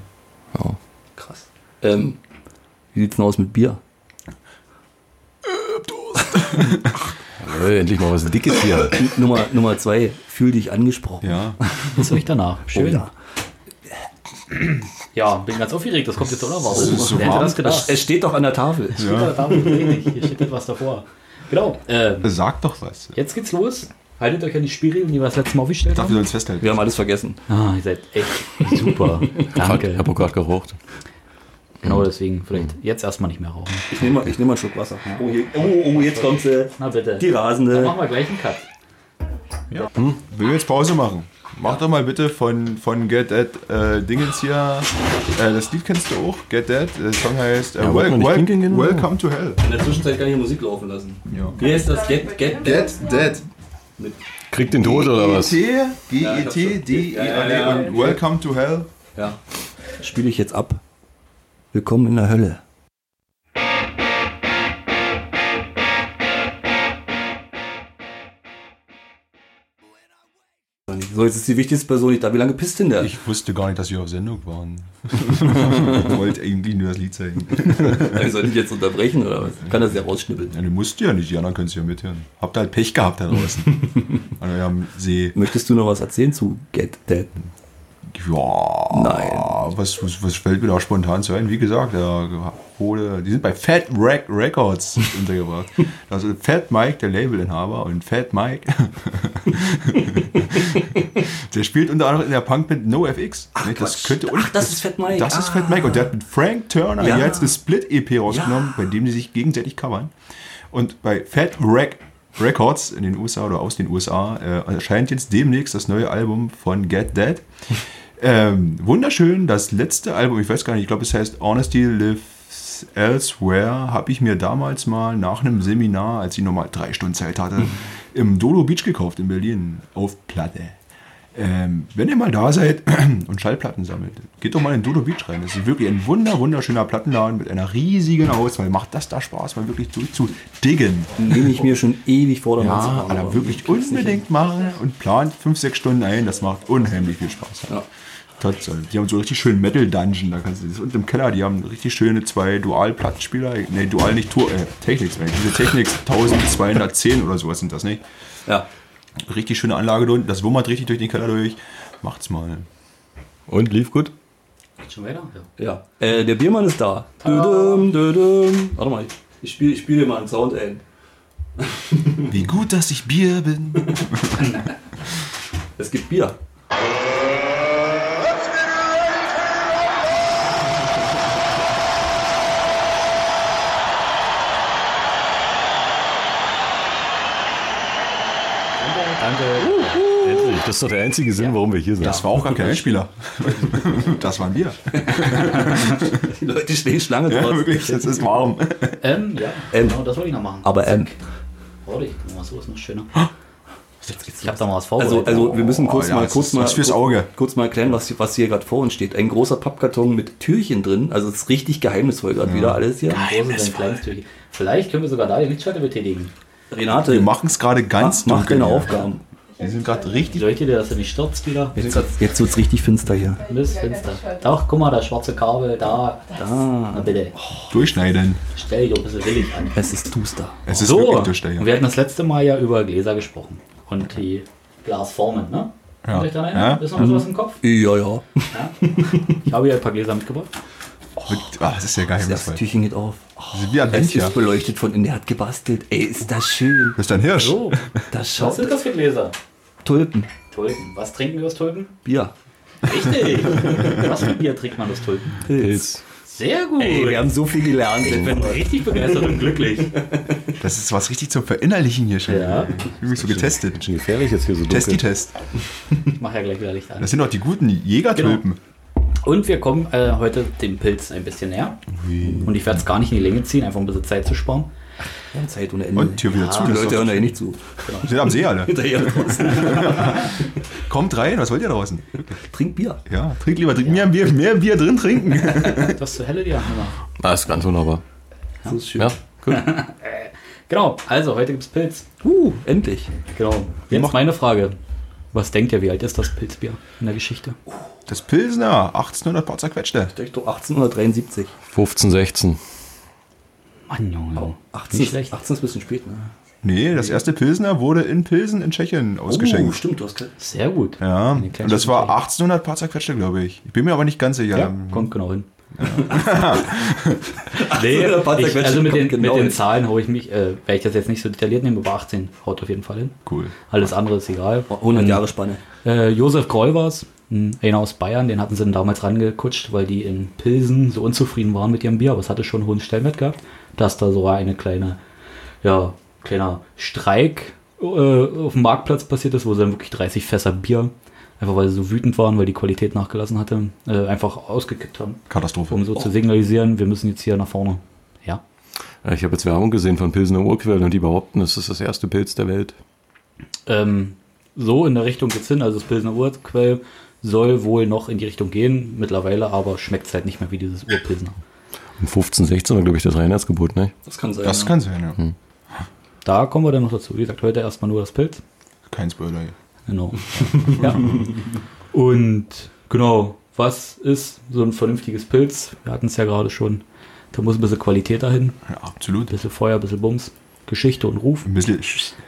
Ja. Krass. Ähm, wie sieht's denn aus mit Bier? Jawohl, endlich mal was Dickes hier. N- Nummer, Nummer zwei, fühl dich angesprochen. Ja. Das höre ich danach. Oh Schön. ja. Ja, bin ganz aufgeregt. Das kommt jetzt auch noch raus. Das ist so Wer hätte warm. das gedacht? Es steht doch an der Tafel. Ja. Da Hier steht etwas davor. Genau. ähm, Also Sag doch was. Ich jetzt geht's los. Haltet euch an die Spielregeln, die wir das letzte Mal aufgestellt dachte, wir haben. sollen es festhalten. Wir haben alles vergessen. Ah, ihr seid echt super. Ich Danke. habe auch gerade geraucht. Genau deswegen vielleicht jetzt erstmal nicht mehr rauchen. Ich nehme mal, ich nehm mal einen Schluck Wasser. Oh, hier, oh, oh, jetzt kommt sie. Na bitte. Die Dann Rasende. machen wir gleich einen Cut. Will wir jetzt Pause machen? Mach doch mal bitte von, von Get Dead äh, Dingens hier. Äh, das Lied kennst du auch, Get Dead. Der Song heißt äh, Ja, wel wollte man nicht wel pinkeln gehen, oder? Welcome to Hell. In der Zwischenzeit kann ich Musik laufen lassen. Ja. Wie heißt das? Get, get, Get Dead. Kriegt den E Tod oder was? G-E-T, Ja, ich hab schon. G-E-T-D-E-L Ja, ja, E und Welcome to Hell. Ja. Spiele ich jetzt ab. Willkommen in der Hölle. So, jetzt ist die wichtigste Person nicht da. Wie lange pisst denn der? Ich wusste gar nicht, dass wir auf Sendung waren. Wollte eigentlich nur das Lied zeigen. Also soll ich jetzt unterbrechen oder was? Ich kann das ja rausschnippeln. Ja, du musst ja nicht, die anderen können es ja mithören. Habt halt Pech gehabt da draußen. An eurem See. Möchtest du noch was erzählen zu Get Dead? Ja. Nein. Was, was, was fällt mir da spontan zu ein? Wie gesagt, der Hole, die sind bei Fat Rack Records untergebracht. Also Fat Mike, der Labelinhaber, und Fat Mike, der spielt unter anderem in der Punkband NoFX. Ach, Ne, das könnte Ach, das ist Fat Mike. Das ist Ah. Fat Mike und der hat mit Frank Turner Ja. jetzt eine Split-EP rausgenommen, bei dem die sich gegenseitig covern. Und bei Fat Rack Records in den USA oder aus den USA äh, erscheint jetzt demnächst das neue Album von Get Dead. Ähm, wunderschön, das letzte Album, ich weiß gar nicht, ich glaube, es heißt Honesty Lives Elsewhere, habe ich mir damals mal nach einem Seminar, als ich nochmal drei Stunden Zeit hatte, im Dodo Beach gekauft in Berlin auf Platte. Ähm, wenn ihr mal da seid und Schallplatten sammelt, geht doch mal in Dodo Beach rein. Das ist wirklich ein wunder, wunderschöner Plattenladen mit einer riesigen Auswahl. Macht das da Spaß, mal wirklich durchzudiggen. Nehme ich mir schon ewig vor, da mal zu Ja, fahren, aber Ah, wirklich ich krieg's nicht hin. unbedingt machen und plant 5, 6 Stunden ein. Das macht unheimlich viel Spaß. Ja. Tatsache. Die haben so richtig schönen Metal Dungeon, da kannst du das ist unten im Keller, die haben richtig schöne zwei Dual-Plattenspieler, ne, Dual nicht Tour, äh, Technics, meine ich. diese Technics 1210 oder sowas sind das, nicht? Ja. Richtig schöne Anlage da unten, das wummert richtig durch den Keller durch. Macht's mal. Und lief gut? Geht schon weiter? Ja. Ja, äh, der Biermann ist da. Dödüm, dödüm. Warte mal, ich spiele ich spiel dir mal einen Sound ein. Wie gut, dass ich Bier bin. Es gibt Bier. Endlich. Oh, Das ist doch der einzige Sinn, warum wir hier sind. Das war auch gar kein Einspieler. Das war ein Bier. Die Leute stehen Schlange Ja, draus. wirklich, es ist warm. Ähm, ja. Ähm. Genau, das wollte ich noch machen. Aber ähm, Warte, ich guck mal, so ist noch schöner. Ich habe da mal was also, vorbereitet. also wir müssen kurz Oh, ja, mal das kurz ist mal was fürs Auge. kurz mal erklären, was, was hier gerade vor uns steht. Ein großer Pappkarton mit Türchen drin. Also es ist richtig geheimnisvoll gerade wieder alles hier. Geheimnisvoll. Vielleicht können wir sogar da die Lichtschalter betätigen. Renate, Wir machen es gerade ganz mach, mach dunkel deine hier. Aufgaben. Wir sind gerade richtig. Leute, der dass er nicht stürzt wieder. Jetzt, jetzt wird's richtig finster hier. Das Fenster. Doch, guck mal, das schwarze Kabel, da. Da. Na bitte, Durchschneiden. stell dich doch ein bisschen willig an. Es ist duster. Es ist So, wirklich und durchschneiden. wir hatten das letzte Mal ja über Gläser gesprochen. Und die Glasformen, ne? Ja. Könnt ihr euch daran erinnern? Ja. Ist noch ein bisschen was im Kopf? Ja, ja. Ich habe ja ein paar Gläser mitgebracht. Mit- Ah, das ist ja Das geheimnisvoll. Das Türchen geht auf. ist wie ein Es Händchen. ist beleuchtet von innen. Der hat gebastelt. Ey, ist das schön. Das ist ein Hirsch. So, Das was schaut sind das für Gläser? Tulpen. Tulpen. Was trinken wir aus Tulpen? Bier. Richtig. was für Bier trinkt man aus Tulpen? Pilz. Sehr gut. Ey, wir haben so viel gelernt. ich bin richtig begeistert und glücklich. Das ist was richtig zum Verinnerlichen hier schon. Ja. Ich bin so getestet. Schon gefährlich jetzt hier so dunkel. Testi-Test. Ich mache ja gleich wieder Licht an. Das sind doch die guten Jägertulpen. Und wir kommen äh, heute dem Pilz ein bisschen näher. Und ich werde es gar nicht in die Länge ziehen, einfach um ein bisschen Zeit zu sparen. Wir haben Zeit ohne Ende. Und Tür wieder zu. Die das ist Leute doch- hören da eh nicht zu. Genau. sind am See alle. Hinterher draußen. Kommt rein, was wollt ihr draußen? Trink Bier. Ja, trink lieber, trink mehr, Bier, mehr Bier drin trinken. Das zur Hölle, die haben wir. Ah, ist ganz wunderbar. Das ist schön. Ja, gut. Genau, also heute gibt's Pilz. Uh, endlich. Genau. Jetzt meine Frage. Was denkt ihr, wie alt ist das Pilzbier in der Geschichte? Das Pilsner, 1800 paar zerquetschte. Vielleicht doch 1873. 15, 16. Mann, Junge. 18, Nicht schlecht. 18 ist ein bisschen spät, ne? Nee, das erste Pilsner wurde in Pilsen in Tschechien Oh, ausgeschenkt. stimmt, du hast ge- Sehr gut. ja, Eine kleine und das war ähm, Geschichte. 1800 paar zerquetschte, glaube ich. Ich bin mir aber nicht ganz sicher. Ja, kommt genau hin. nee, so, der Patrick ich, Wetzel also mit den, kommt genau mit den hin. Zahlen hau ich mich, äh, werde ich das jetzt nicht so detailliert nehmen, aber 18 haut auf jeden Fall hin. Cool. Alles andere ist egal. 100 Jahre Spanne. Äh, Josef Groll war es, ein- einer aus Bayern, den hatten sie dann damals rangekutscht, weil die in Pilsen so unzufrieden waren mit ihrem Bier, aber es hatte schon einen hohen Stellenwert gehabt, dass da so eine kleine, ja, kleiner Streik äh, auf dem Marktplatz passiert ist, wo sie dann wirklich 30 Fässer Bier, einfach weil sie so wütend waren, weil die Qualität nachgelassen hatte, äh, einfach ausgekippt haben, Katastrophe. um so zu signalisieren, wir müssen jetzt hier nach vorne. Ja. Ich habe jetzt Werbung gesehen von Pilsener Urquellen und die behaupten, es ist das erste Pilz der Welt. Ähm, so in der Richtung geht's hin. Also das Pilsner Urquell soll wohl noch in die Richtung gehen. Mittlerweile aber schmeckt's halt nicht mehr wie dieses Urpilsner. Und 15, 16 war, glaube ich, das Reinheitsgebot, ne? Das kann sein. Das ja. kann sein, ja. Da kommen wir dann noch dazu. Wie gesagt, heute erstmal nur das Pilz. Kein Spoiler. hier. Genau. ja. Und genau, was ist so ein vernünftiges Pilz? Wir hatten es ja gerade schon. Da muss ein bisschen Qualität dahin, Ja, ein absolut. bisschen Feuer, ein bisschen Bums, Geschichte und Ruf. Ein bisschen.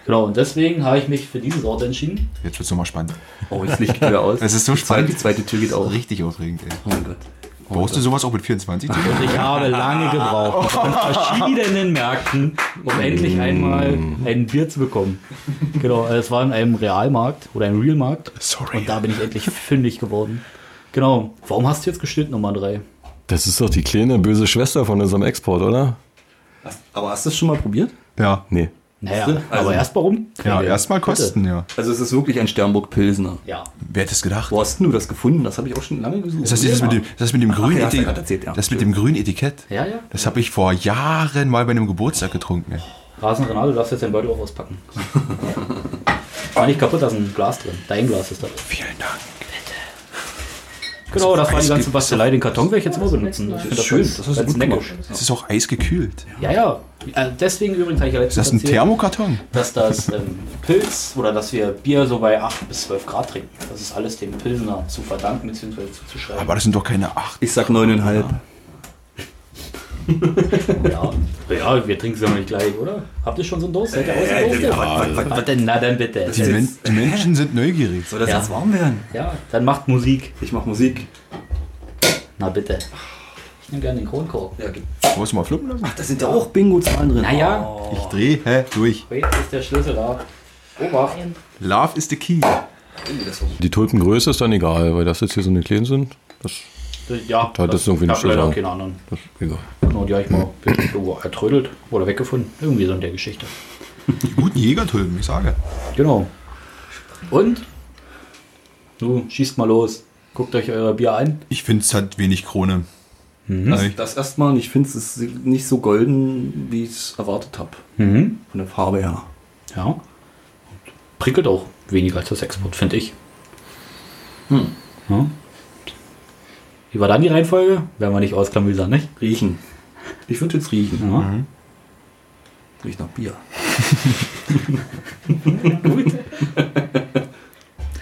Genau, und deswegen habe ich mich für diese Sorte entschieden. Jetzt wird's nochmal spannend. Oh, jetzt liegt die Tür aus. Es ist so Die zweite- spannend. Die zweite Tür geht auf. Richtig aufregend, ey. Oh mein Gott. Brauchst du sowas auch mit 24? Digga? Also Ich habe lange gebraucht, an verschiedenen Märkten, um endlich einmal ein Bier zu bekommen. Genau, es war in einem Realmarkt oder einem Realmarkt. Sorry. Und da bin ich endlich fündig geworden. Genau. Warum hast du jetzt um gestillt Nummer 3? Das ist doch die kleine böse Schwester von unserem Export, oder? Aber hast du es schon mal probiert? Ja. Nee. Naja, Also- aber erst warum? Ja, erstmal kosten, ja. Also es ist wirklich ein Sternburg-Pilsner. Ja. Wer hätte es gedacht? Wo hast denn du das gefunden? Das habe ich auch schon lange gesucht. Das ist das mit dem, das mit dem grünen ja, hast du Etikett. gerade erzählt, ja. Das mit dem grünen Etikett. Ja, ja. Das habe ich vor Jahren mal bei einem Geburtstag getrunken. Ey. Rasen Renato, du darfst jetzt deinen Beutel auch auspacken. War nicht kaputt, da ist ein Glas drin. Dein Glas ist da drin. Vielen Dank. Genau, das war die Eis ganze gibt's Bastelei. Den Karton werde ich jetzt immer benutzen. Ich finde das schön. Das hast du ganz gut neckisch. gemacht. Es ist auch eisgekühlt. Ja, ja. Äh, Deswegen übrigens habe ich ja Ist das letztens ein erzählt, Thermokarton? dass das ähm, Pilz oder dass wir Bier so bei 8 bis 12 Grad trinken. Das ist alles dem Pilsener zu verdanken bzw. zuzuschreiben. Aber das sind doch keine acht. Ich sag neuneinhalb. ja. ja, wir trinken es ja noch nicht gleich, oder? Habt ihr schon so einen Durst? Seid ihr aus dem Durst? Soll Was denn? Na dann bitte. Die, Men die Menschen sind neugierig. das Ja. jetzt warm werden? Ja, dann macht Musik. Ich mach Musik. Na bitte. Ich nehme gerne den Kronkorken. Wolltest du mal fluppen lassen? Da sind ja auch Bingo-Zahlen drin. Naja, Ich drehe durch. Oh. jetzt ist der Schlüssel da. Obacht. Love is the key. Die Tulpengröße ist dann egal, weil das jetzt hier so eine kleinen sind. Das Ja, Da hat das irgendwie ich nicht hab leider zusammen. keine anderen. das ist egal. Genau, die habe ich mal irgendwo ertrödelt oder weggefunden. Irgendwie so in der Geschichte. Die guten Jägertulpen, ich sage. Genau. Und? Du, schießt mal los. Guckt euch euer Bier an. Ich finde, es hat wenig Krone. Mhm. Also ich- Das erstmal, und ich finde es ist nicht so golden, wie ich es erwartet habe. Mhm. Von der Farbe her. Ja. Und prickelt auch weniger als das Export, finde ich. Ja. Wie war dann die Reihenfolge? Werden wir nicht ausklamüsern, nicht? Riechen. Ich würde jetzt riechen. Ja. Riecht nach Bier. Gut.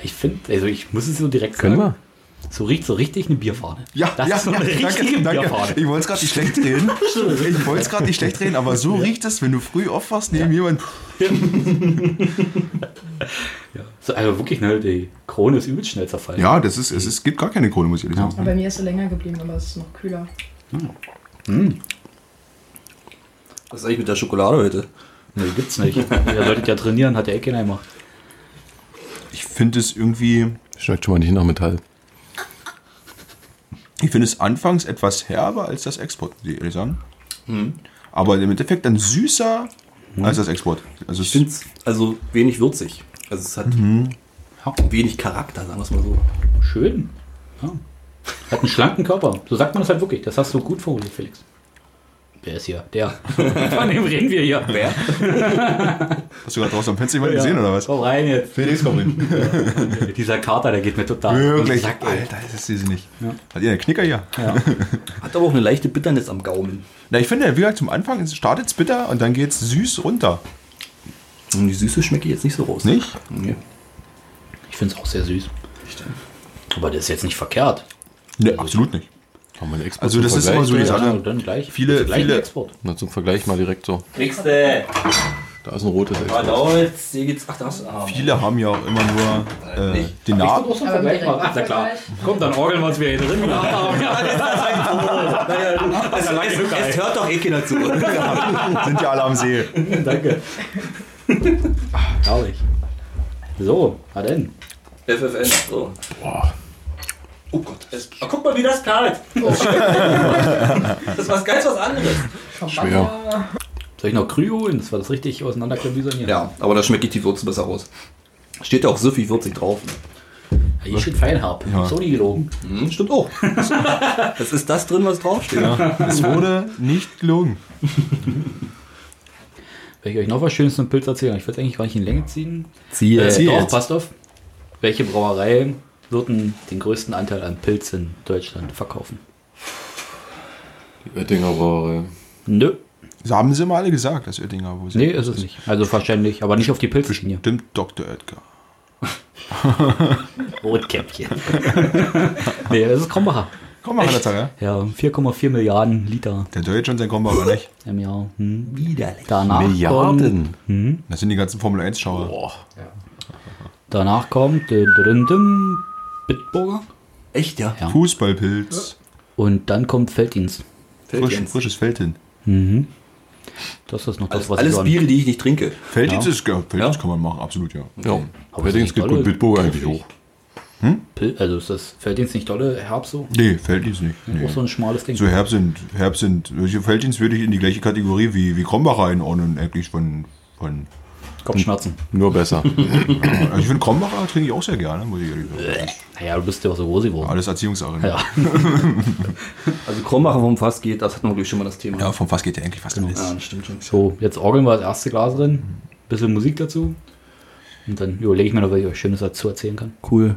Ich finde, also ich muss es so direkt Können sagen. wir? So riecht so richtig eine Bierfahne. Ja, das ja, ist so eine ja, richtige Bierfahne. Ich wollte es gerade nicht schlecht reden. Ich wollte es gerade nicht schlecht reden, aber so riecht es, wenn du früh aufwachst, neben jemand. So, also wirklich, ne, die Krone ist übel schnell zerfallen. Ja, das ist, es ist, gibt gar keine Krone, muss ich ehrlich sagen. Aber bei mir ist er länger geblieben, aber es ist noch kühler. Was ist eigentlich mit der Schokolade heute? Nee, gibt's nicht. Ihr solltet ja trainieren, hat der Ecke gemacht. Ich finde es irgendwie, Schmeckt schon mal nicht nach Metall. ich finde es anfangs etwas herber als das Export, muss ich ehrlich sagen. Aber im Endeffekt dann süßer als das Export. Also Ich es, finde es also wenig würzig. Also es hat wenig Charakter, sagen wir es mal so. Schön. Ja. Hat einen schlanken Körper. So sagt man das halt wirklich. Das hast du gut formuliert, Felix. Wer ist hier? Der. Von dem reden wir hier. Wer? Hast du gerade draußen am Fenster jemanden gesehen oder was? Komm rein jetzt. Felix, komm hin. Dieser Kater, der geht mir total. auf den Wirklich? Sack, ey. Alter, das ist sie nicht. Hat ihr einen Knicker hier? Hat aber auch eine leichte Bitternis am Gaumen. Na, ich finde, wie gesagt, zum Anfang startet es bitter und dann geht es süß runter. Und die Süße schmecke ich jetzt nicht so raus. Nicht? Nee. Ich finde es auch sehr süß. Aber das ist jetzt nicht verkehrt. Ne, absolut nicht. Haben wir einen Export Also, zum das ist Vergleich? immer so die Ja, Sache. dann gleich. Viele- Also gleich viele- ein Export. Na, zum Vergleich mal direkt so. Nächste! Da ist ein rotes Export. Adolz, hier geht's. Ach, da hast du. Ah, Viele haben ja auch immer nur äh, den Ich Namen. würde auch so einen Aber Vergleich direkt machen. Ach, na klar. Vergleich. Komm, dann orgeln wir uns wieder hier drin. naja, Ah, es, es hört doch eh keiner zu. Sind ja alle am See. Danke. Herrlich. So, na denn. FFN. So. Oh Gott. Es, Ach, guck mal, wie das kalt. das war ganz was anderes. Schwer. Soll ich noch Krü holen? Das war das richtig auseinanderklabüsern hier. Ja, aber da schmeckt die Würze besser raus. Steht ja auch süffig würzig drauf. Hier steht Feinharb. Ja. So nie gelogen. Hm, stimmt auch. Das ist das drin, was draufsteht. Es wurde nicht gelogen. Will ich euch noch was Schönes zum Pilz erzählen? Ich würde eigentlich gar nicht in Länge ziehen. Ziel. Äh, Erzähl doch, jetzt. passt auf. Welche Brauerei wird denn den größten Anteil an Pilz in Deutschland verkaufen? Die Oettinger Brauerei. Nö. Das haben sie immer alle gesagt, das Oettinger. Wo sie Nee, ist es nicht. Also verständlich, aber nicht auf die Pilzlinie. Stimmt, Dr. Oetker. Rotkäppchen. nee, es ist Krombacher. Komm mal, Herr Zacher. Ja, 4,4 Milliarden Liter Der Deutsche und sein Kombo aber nicht. im Jahr. Hm. Widerlich. Danach kommt, Milliarden. Das sind die ganzen Formel-1-Schauer. Boah. danach kommt äh, drin, dim, Bitburger Echt, ja? Ja. Fußballpilz. und dann kommt Felddienst. Fällt Frisch, Jens. frisches Feldhin. Das ist noch das, Alles, was alles ich Biere, die ich nicht trinke. Felddienst ist geil. Felddienst Ja. kann man machen, absolut, ja. Ja. Aber Allerdings ist geht nicht dolle gut Bitburger eigentlich hoch. Pil also ist das Felddienst nicht dolle Herbst so? Nee, Felddienst nicht. Nee. Auch so ein schmales Ding. So Herbst sind, Herbst sind, solche Felddienst würde ich in die gleiche Kategorie wie, wie Krombacher einordnen, eigentlich von, von Kopfschmerzen. Nur besser. also ich finde Krombacher trinke ich auch sehr gerne, muss ich ehrlich sagen. Naja, du bist ja auch so groß geworden. Alles Erziehungssache. ne? Ja. Also Krombacher vom Fass geht, das hatten wir, glaube ich, schon mal das Thema. vom Fass geht ja eigentlich fast Ja, alles. das stimmt schon. So, jetzt orgeln wir das erste Glas drin, bisschen Musik dazu und dann überlege ich mir noch, was ich euch Schönes dazu erzählen kann. Cool.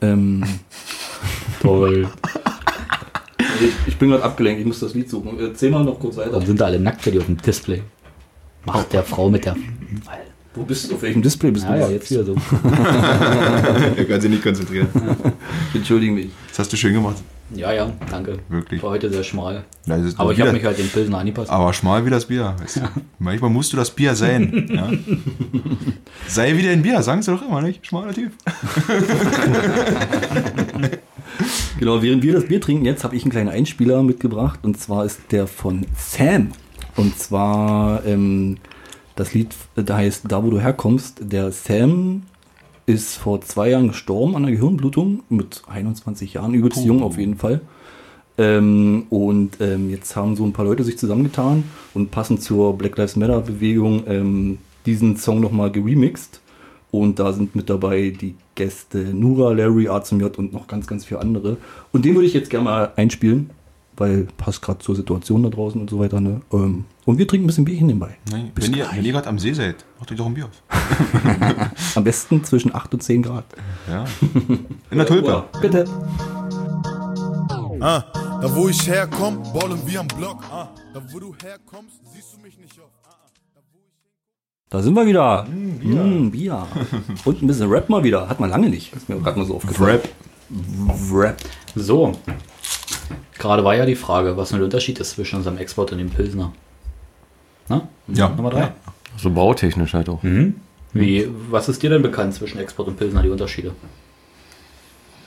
Ähm, Toll. ich, ich bin gerade abgelenkt, ich muss das Lied suchen. Äh, Zähl mal noch kurz weiter. Warum sind da alle nackt bei dir auf dem Display? Macht der Frau mit der... Weil- Wo bist du? Auf welchem Display bist Ja, du? ja, jetzt wieder so. Er kann sich nicht konzentrieren. Ich entschuldige mich. Das hast du schön gemacht. Ja, ja, danke. Wirklich. War heute sehr schmal. Ja, das ist Aber ich wieder- Ah. habe mich halt den Pilsen angepasst. Aber schmal wie das Bier. Weißt du? Manchmal musst du das Bier sein. Ja? Sei wie dein Bier, sagen sie doch immer, nicht? Schmaler Typ. Genau, während wir das Bier trinken, jetzt habe ich einen kleinen Einspieler mitgebracht und zwar ist der von Sam. Und zwar ähm, das Lied, äh, da heißt Da, wo du herkommst. Der Sam ist vor zwei Jahren gestorben an einer Gehirnblutung mit 21 Jahren, übelst jung auf jeden Fall. Ähm, und ähm, jetzt haben so ein paar Leute sich zusammengetan und passend zur Black Lives Matter Bewegung ähm, diesen Song nochmal geremixed. Und da sind mit dabei die Gäste Nura, Larry, A zum J und noch ganz, ganz viele andere. Und den würde ich jetzt gerne mal einspielen, weil passt gerade zur Situation da draußen und so weiter. Ne? Ähm, und wir trinken ein bisschen Bierchen nebenbei. Nein, Bis wenn ihr, gleich. wenn ihr gerade am See seid, macht euch doch ein Bier auf. Am besten zwischen 8 und 10 Grad. Ja. In der Tulpe. Bitte. Ah, da wo ich herkomme, ballen wir am Block. Ah, da wo du herkommst, siehst du mich nicht oft. Ah, ah, da wo ich Da sind wir wieder. Hm, Bier. Bier. Und ein bisschen Rap mal wieder. Hat man lange nicht. Ist mir gerade mal so aufgefallen. Wrap. Rap. So, gerade war ja die Frage, was nur der Unterschied ist zwischen unserem Export und dem Pilsner. Na? Ja. Nummer drei. So bautechnisch halt auch. Wie, was ist dir denn bekannt zwischen Export und Pilsner, die Unterschiede?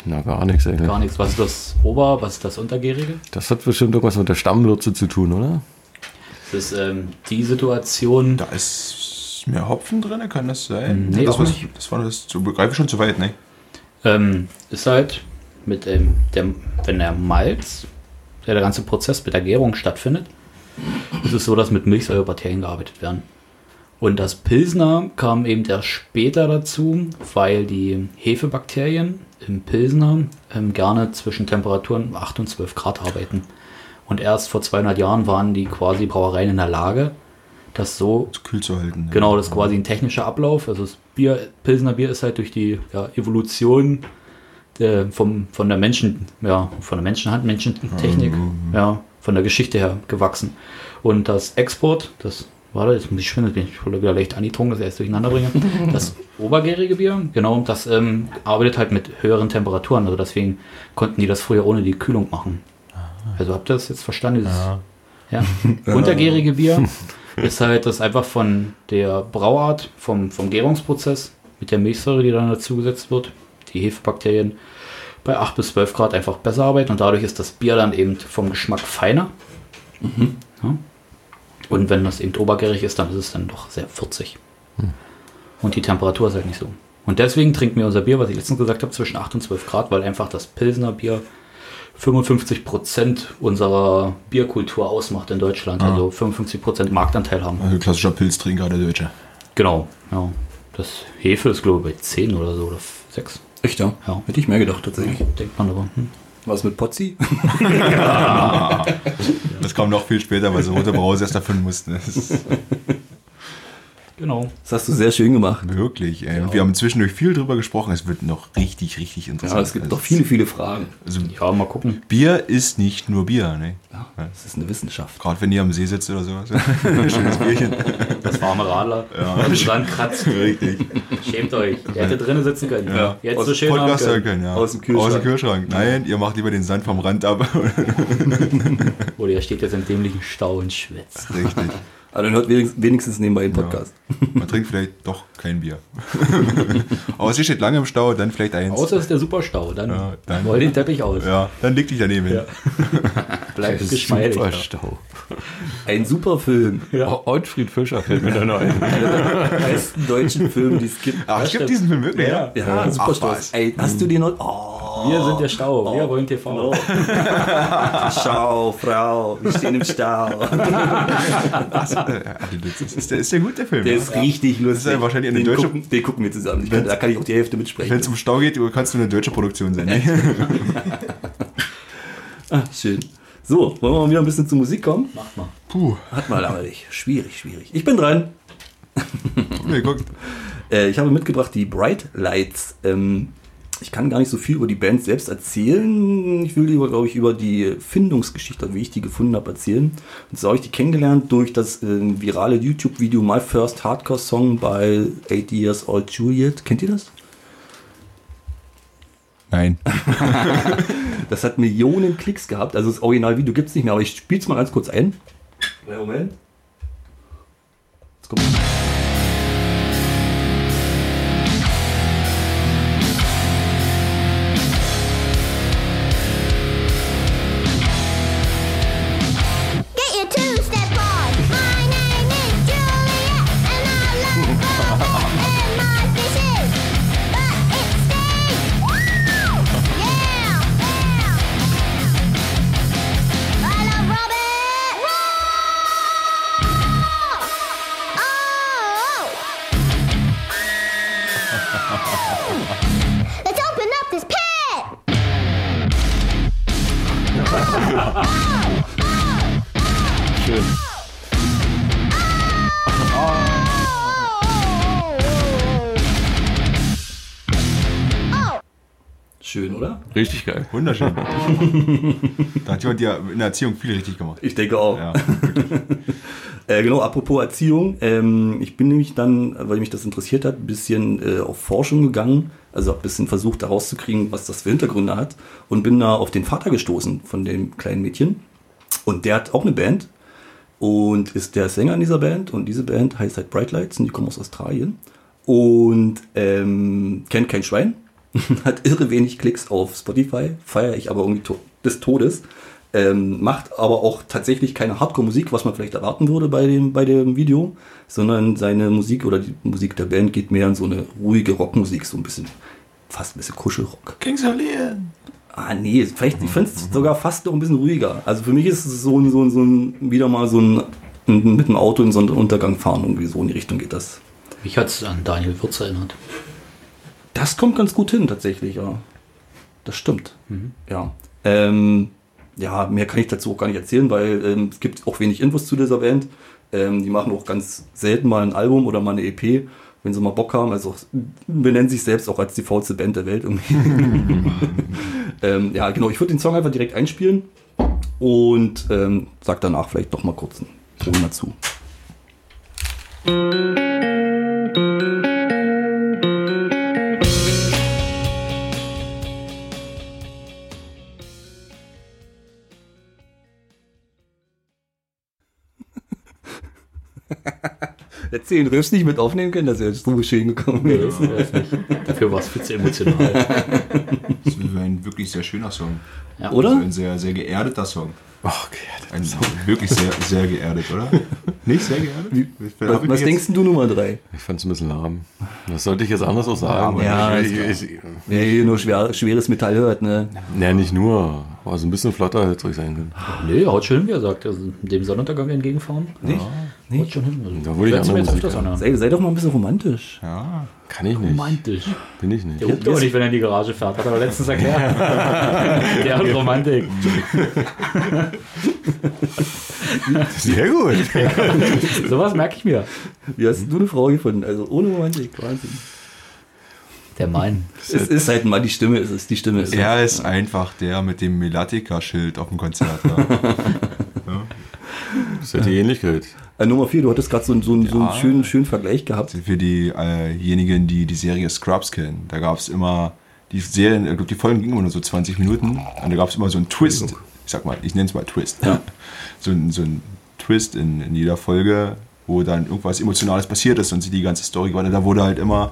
Na, gar nichts eigentlich. Gar nichts. Was ist das Ober, was ist das Untergärige? Das hat bestimmt irgendwas mit der Stammwürze zu tun, oder? Das ist ähm, die Situation, Da ist mehr Hopfen drin, kann das sein? Nee, das, auch was, nicht. das war das zu begreife ich schon zu weit, ne? ähm, ist halt mit ähm, der, wenn der Malz, der, der ganze Prozess mit der Gärung stattfindet, ist es so, dass mit Milchsäurebakterien gearbeitet werden. Und das Pilsner kam eben erst später dazu, weil die Hefebakterien im Pilsner ähm, gerne zwischen Temperaturen 8 und 12 Grad arbeiten. Und erst vor 200 Jahren waren die quasi Brauereien in der Lage, das so kühl zu halten. ne? ja. Genau, das ist quasi ein technischer Ablauf. Also das Bier, Pilsener Bier ist halt durch die ja, Evolution äh, vom, von der Menschen, ja, von der Menschenhand, Menschentechnik, ja, von der Geschichte her gewachsen. Und das Export, das war das, jetzt muss ich schwindeln, bin ich wieder leicht angetrunken, dass ich alles durcheinander bringe. Das obergärige Bier, genau, das ähm, arbeitet halt mit höheren Temperaturen. Also deswegen konnten die das früher ohne die Kühlung machen. Also habt ihr das jetzt verstanden? Dieses, ja. Untergärige Bier ist halt das einfach von der Brauart, vom, vom Gärungsprozess mit der Milchsäure, die dann dazugesetzt wird, die Hefebakterien bei 8 bis 12 Grad einfach besser arbeiten und dadurch ist das Bier dann eben vom Geschmack feiner. Ja. Und wenn das eben obergärig ist, dann ist es dann doch sehr würzig. Und die Temperatur ist halt nicht so. Und deswegen trinken wir unser Bier, was ich letztens gesagt habe, zwischen 8 und 12 Grad, weil einfach das Pilsener Bier 55 Prozent unserer Bierkultur ausmacht in Deutschland. Also 55 Prozent Marktanteil haben. Also klassischer Pilztrinker der Deutsche. Genau, ja. Das Hefe ist, glaube ich, bei 10 oder so oder 6. Echt, ja? Ja. Hätte ich mehr gedacht, tatsächlich. Denkt man aber. Hm. Was mit Potzi? Das kam noch viel später, weil sie rote Brause erst davon mussten. Das ist Genau. Das hast du sehr schön gemacht. wirklich, ey. Und wir haben zwischendurch viel drüber gesprochen. Es wird noch richtig, richtig Ja, interessant. es gibt Also, doch viele, viele Fragen. Also, Ja, mal gucken. Bier ist nicht nur Bier, ne? Das ist eine Wissenschaft. Gerade wenn ihr am See sitzt oder sowas. Schönes Bierchen. Das warme Radler. Ja. Das Sand kratzt. Richtig. Schämt euch. Ihr hättet drinnen sitzen können. Ja. Ihr hättet Aus so dem schön haben Podcast hören können. können, ja. Aus dem Kühlschrank. Aus dem Kühlschrank. Nein, ihr macht lieber den Sand vom Rand ab. Oder ihr steht jetzt im dämlichen Stau und schwitzt. Richtig. Aber dann hört wenigstens, wenigstens nebenbei den Podcast. Man trinkt vielleicht doch kein Bier. Aber sie steht lange im Stau, dann vielleicht eins. Außer es ist der Superstau. Dann, Ja, dann dann- roll den Teppich aus. ja, dann leg dich daneben hin. Bleibt geschmeidig. Superstau. Ein super Film. O- Ottfried Fischer fällt mir da noch ein. Einer der besten deutschen Filme, die es gibt. Ach, es gibt diesen Film wirklich, ja? Ja, Ach, super was. stolz. Ey, hast du dir noch. Oh, Wir sind der Stau. Wir wollen Genau. TV. Schau, Frau, wir stehen im Stau. Das ist, der, ist der gut, der Film. Der ja? ist richtig lustig. ja wahrscheinlich eine den deutsche- Gucken, den gucken wir zusammen. Ich kann, da kann ich auch die Hälfte Wenn mitsprechen. es um Stau geht, kannst du eine deutsche Produktion sein. Ne? Ah, schön. So, wollen wir mal wieder ein bisschen zur Musik kommen? Macht mal. Puh, Hat mal aber nicht. Schwierig, schwierig. Ich bin dran. mir guckt. Äh, ich habe mitgebracht die Bright Lights. Ähm, ich kann gar nicht so viel über die Band selbst erzählen. Ich will lieber, glaube ich, über die Findungsgeschichte, wie ich die gefunden habe, erzählen. Und so habe ich die kennengelernt durch das ähm, virale YouTube-Video My First Hardcore Song bei 8 Years Old Juliet. Kennt ihr das? Nein. Das hat Millionen Klicks gehabt. Also das Originalvideo gibt es nicht mehr, aber ich spiele es mal ganz kurz ein. Ja, Moment. Jetzt kommt Get your two-step on. My name is Juliet, and I love bubble and my fishes, but it stinks. Woo! Yeah, yeah. I love Robert. Woo! Oh. Let's open up this pit. Schön. Oh. Schön, oder? Richtig geil. Wunderschön. Da hat jemand dir in der Erziehung viel richtig gemacht. Ich denke auch. Ja. Äh, genau, apropos Erziehung. Ähm, ich bin nämlich dann, weil mich das interessiert hat, ein bisschen äh, auf Forschung gegangen. Also hab ein bisschen versucht herauszukriegen, was das für Hintergründe hat. Und bin da auf den Vater gestoßen von dem kleinen Mädchen. Und der hat auch eine Band. und ist der Sänger in dieser Band. Und diese Band heißt halt Bright Lights und die kommen aus Australien. Und ähm, kennt kein Schwein, hat irre wenig Klicks auf Spotify, feiere ich aber irgendwie to des Todes. Ähm, macht aber auch tatsächlich keine Hardcore-Musik, was man vielleicht erwarten würde bei dem, bei dem Video, sondern seine Musik oder die Musik der Band geht mehr in so eine ruhige Rockmusik, so ein bisschen, fast ein bisschen Kuschelrock. Kings verlieren. Ah, nee, vielleicht, ich finde es sogar fast noch ein bisschen ruhiger. Also für mich ist es so ein, so ein, so ein wieder mal so ein, ein- mit dem Auto in Sonnenuntergang fahren, irgendwie so in die Richtung geht das. Mich hat es an Daniel Würz erinnert. Das kommt ganz gut hin, tatsächlich, ja. Das stimmt. Ja. Ähm, ja, mehr kann ich dazu auch gar nicht erzählen, weil ähm, es gibt auch wenig Infos zu dieser Band. Ähm, die machen auch ganz selten mal ein Album oder mal eine EP, wenn sie mal Bock haben. Also auch, benennen sich selbst auch als die faulste Band der Welt um irgendwie. ähm, ja, genau. Ich würde den Song einfach direkt einspielen und ähm, sag danach vielleicht doch mal kurz einen Ton dazu. Letzte den Riffs nicht mit aufnehmen können, dass er jetzt drüber schön gekommen ist. Dafür war es viel zu emotional. Das ist ein wirklich sehr schöner Song. Ja. Oder? Also ein sehr, sehr geerdeter Song. Ach, okay. Ein wirklich sehr, sehr geerdet, oder? Nicht sehr geerdet? Was, was denkst du Nummer 3? Ich fand es ein bisschen lahm. Was sollte ich jetzt anders auch sagen? Ja, ich, ist ich, ich, Wer hier nur schwer, schweres Metall hört, ne? naja, nicht nur. Aber so ein bisschen flotter hätte es sein können. Nee, haut schon hin, wie er sagt. Also, dem Sonnenuntergang entgegenfahren. Nicht? Haut schon hin. Also, Da würde ich hört sich mir andere jetzt Musik öfters an. anhören. Sei, sei doch mal ein bisschen romantisch. Kann ich nicht. Romantisch. Bin ich nicht. Der ruft mich auch nicht, wenn er in die Garage fährt. Hat er letztens erklärt. Der hat Romantik. Sehr gut. Sowas merke ich mir. Wie hast du eine Frau gefunden? Also ohne Romantik, Wahnsinn. Der Mann. Es ist halt mal die Stimme, es ist halt, die Stimme. Es Er ist einfach der mit dem Melatica-Schild auf dem Konzert. Da. Das ist ja die Ähnlichkeit. Äh, Nummer 4, du hattest gerade so, einen- so, einen- so einen schönen, schönen Vergleich gehabt. Für diejenigen, äh, die die Serie Scrubs kennen, da gab es immer die Serien, ich glaube, die Folgen gingen immer nur so 20 Minuten und da gab es immer so einen Twist. Ich sag mal, ich nenne es mal Twist. So, ein, so ein Twist in, in jeder Folge, wo dann irgendwas Emotionales passiert ist und sie die ganze Story war. Da wurde halt immer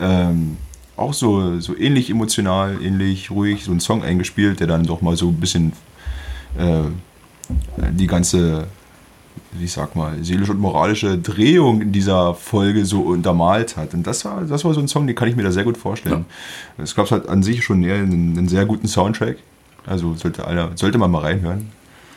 ähm, auch so, so ähnlich emotional, ähnlich ruhig so ein Song eingespielt, der dann doch mal so ein bisschen äh, die ganze wie ich sag mal, seelische und moralische Drehung in dieser Folge so untermalt hat. Und das war, das war so ein Song, den kann ich mir da sehr gut vorstellen. Es gab halt an sich schon eher einen, einen sehr guten Soundtrack. Also sollte, einer, sollte man mal reinhören.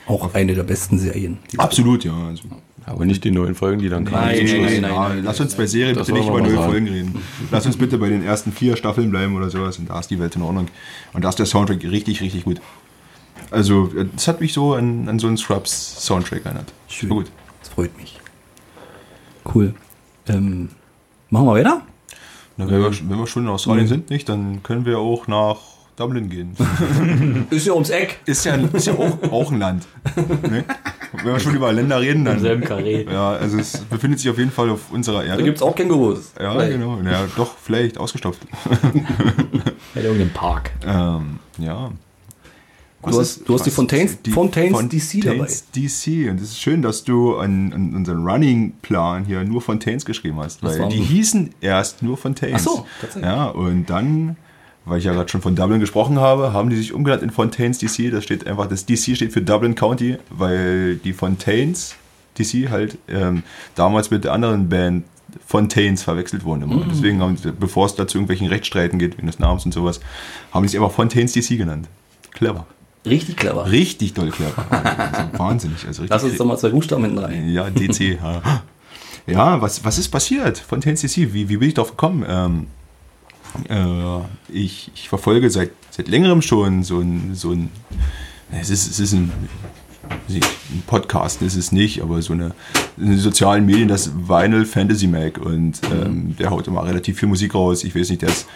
Auch eine der besten Serien. Absolut, ja. Also, Aber nicht die neuen Folgen, die dann kamen. Nein, zum nein, Schluss. nein, nein. ja, Lass uns bei Serien Das bitte nicht wollen über wir mal neue sagen. Folgen reden. Lass uns bitte bei den ersten vier Staffeln bleiben oder sowas. Und da ist die Welt in Ordnung. Und da ist der Soundtrack richtig, richtig gut. Also, das hat mich so an, an so einen Scrubs-Soundtrack erinnert. Schön. War Gut. Das freut mich. Cool. Ähm, machen wir weiter? Na, wenn, wir, wenn wir schon in Australien sind, nicht, dann können wir auch nach Dublin gehen. Ist ja ums Eck. Ist ja, ist ja auch, auch ein Land. Ne? Wenn wir schon über Länder reden, Im selben dann. Karree. Ja, also es befindet sich auf jeden Fall auf unserer Da gibt Erde. es auch Kängurus. Ja, genau. Ja, doch, vielleicht ausgestopft. Mit irgendeinem Park. Ähm, ja. Du hast- du hast die Fontaines- Fontaines DC dabei. DC. Und es ist schön, dass du an, an unseren Running-Plan hier nur Fontaines geschrieben hast, Das weil war- die hießen erst nur Fontaines. Ach so, tatsächlich. Ja, und dann, weil ich ja gerade schon von Dublin gesprochen habe, haben die sich umgenannt in Fontaines DC. Das steht einfach, das DC steht für Dublin County, weil die Fontaines DC halt ähm, damals mit der anderen Band Fontaines verwechselt wurden Mm. immer. Und Deswegen haben, die- bevor es da zu irgendwelchen Rechtsstreiten geht, wegen des Namens und sowas, haben die sich einfach Fontaines DC genannt. Clever. Richtig clever. Richtig doll clever. Also, wahnsinnig. Also richtig, Lass uns doch mal zwei Buchstaben hinten rein. ja, DC. ja. ja, was, was ist passiert von TNCC? Wie, wie bin ich darauf gekommen? Ähm, äh, ich, ich verfolge seit, seit längerem schon so ein, so ein es ist, es ist ein, weiß nicht, ein Podcast, ist es nicht, aber so eine in den sozialen Medien, das Vinyl Fantasy Mag und ähm, der haut immer relativ viel Musik raus. Ich weiß nicht, der ist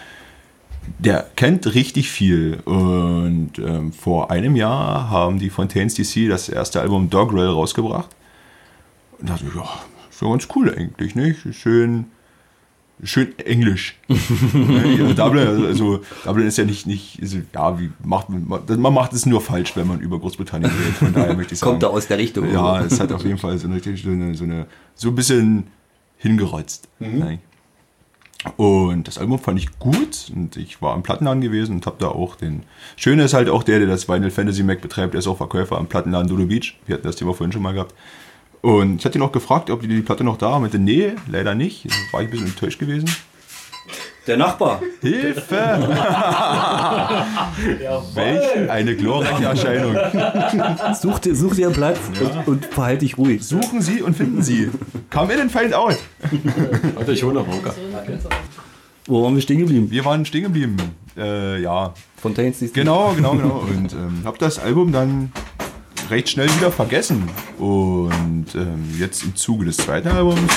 der kennt richtig viel. Und ähm, vor einem Jahr haben die Fontaines DC das erste Album Doggerel rausgebracht. Und dachte ich, ja, ist ja ganz cool eigentlich, nicht? Schön, schön englisch. Ne? Ja, Dublin, also, also Dublin ist ja nicht, nicht also, ja, wie macht man, man macht es nur falsch, wenn man über Großbritannien redet. Von daher möchte ich sagen. Kommt da aus der Richtung. Ja, es hat auf jeden Fall so eine, so eine, so eine so ein bisschen hingerotzt. Nein. Und das Album fand ich gut und ich war am Plattenladen gewesen und habe da auch den. Schöne ist halt auch der, der das Vinyl Fantasy Mac betreibt, der ist auch Verkäufer am Plattenladen Dodo Beach. Wir hatten das Thema vorhin schon mal gehabt. Und ich hatte ihn auch gefragt, ob die die Platte noch da haben. Er meinte, nee, leider nicht. Da war ich ein bisschen enttäuscht gewesen. Der Nachbar. Hilfe! Welch eine glorreiche Erscheinung. Such dir, such dir einen Platz und, und verhalte dich ruhig. Suchen Sie und finden Sie. Come in and find out. Warte, ich hole noch Rocker. So, dann geht's auch. Wo waren wir stehen geblieben? Wir waren stehen geblieben. äh, ja, Fontaines DC. Genau, genau, genau. Und ähm, habe das Album dann recht schnell wieder vergessen. Und ähm, jetzt im Zuge des zweiten Albums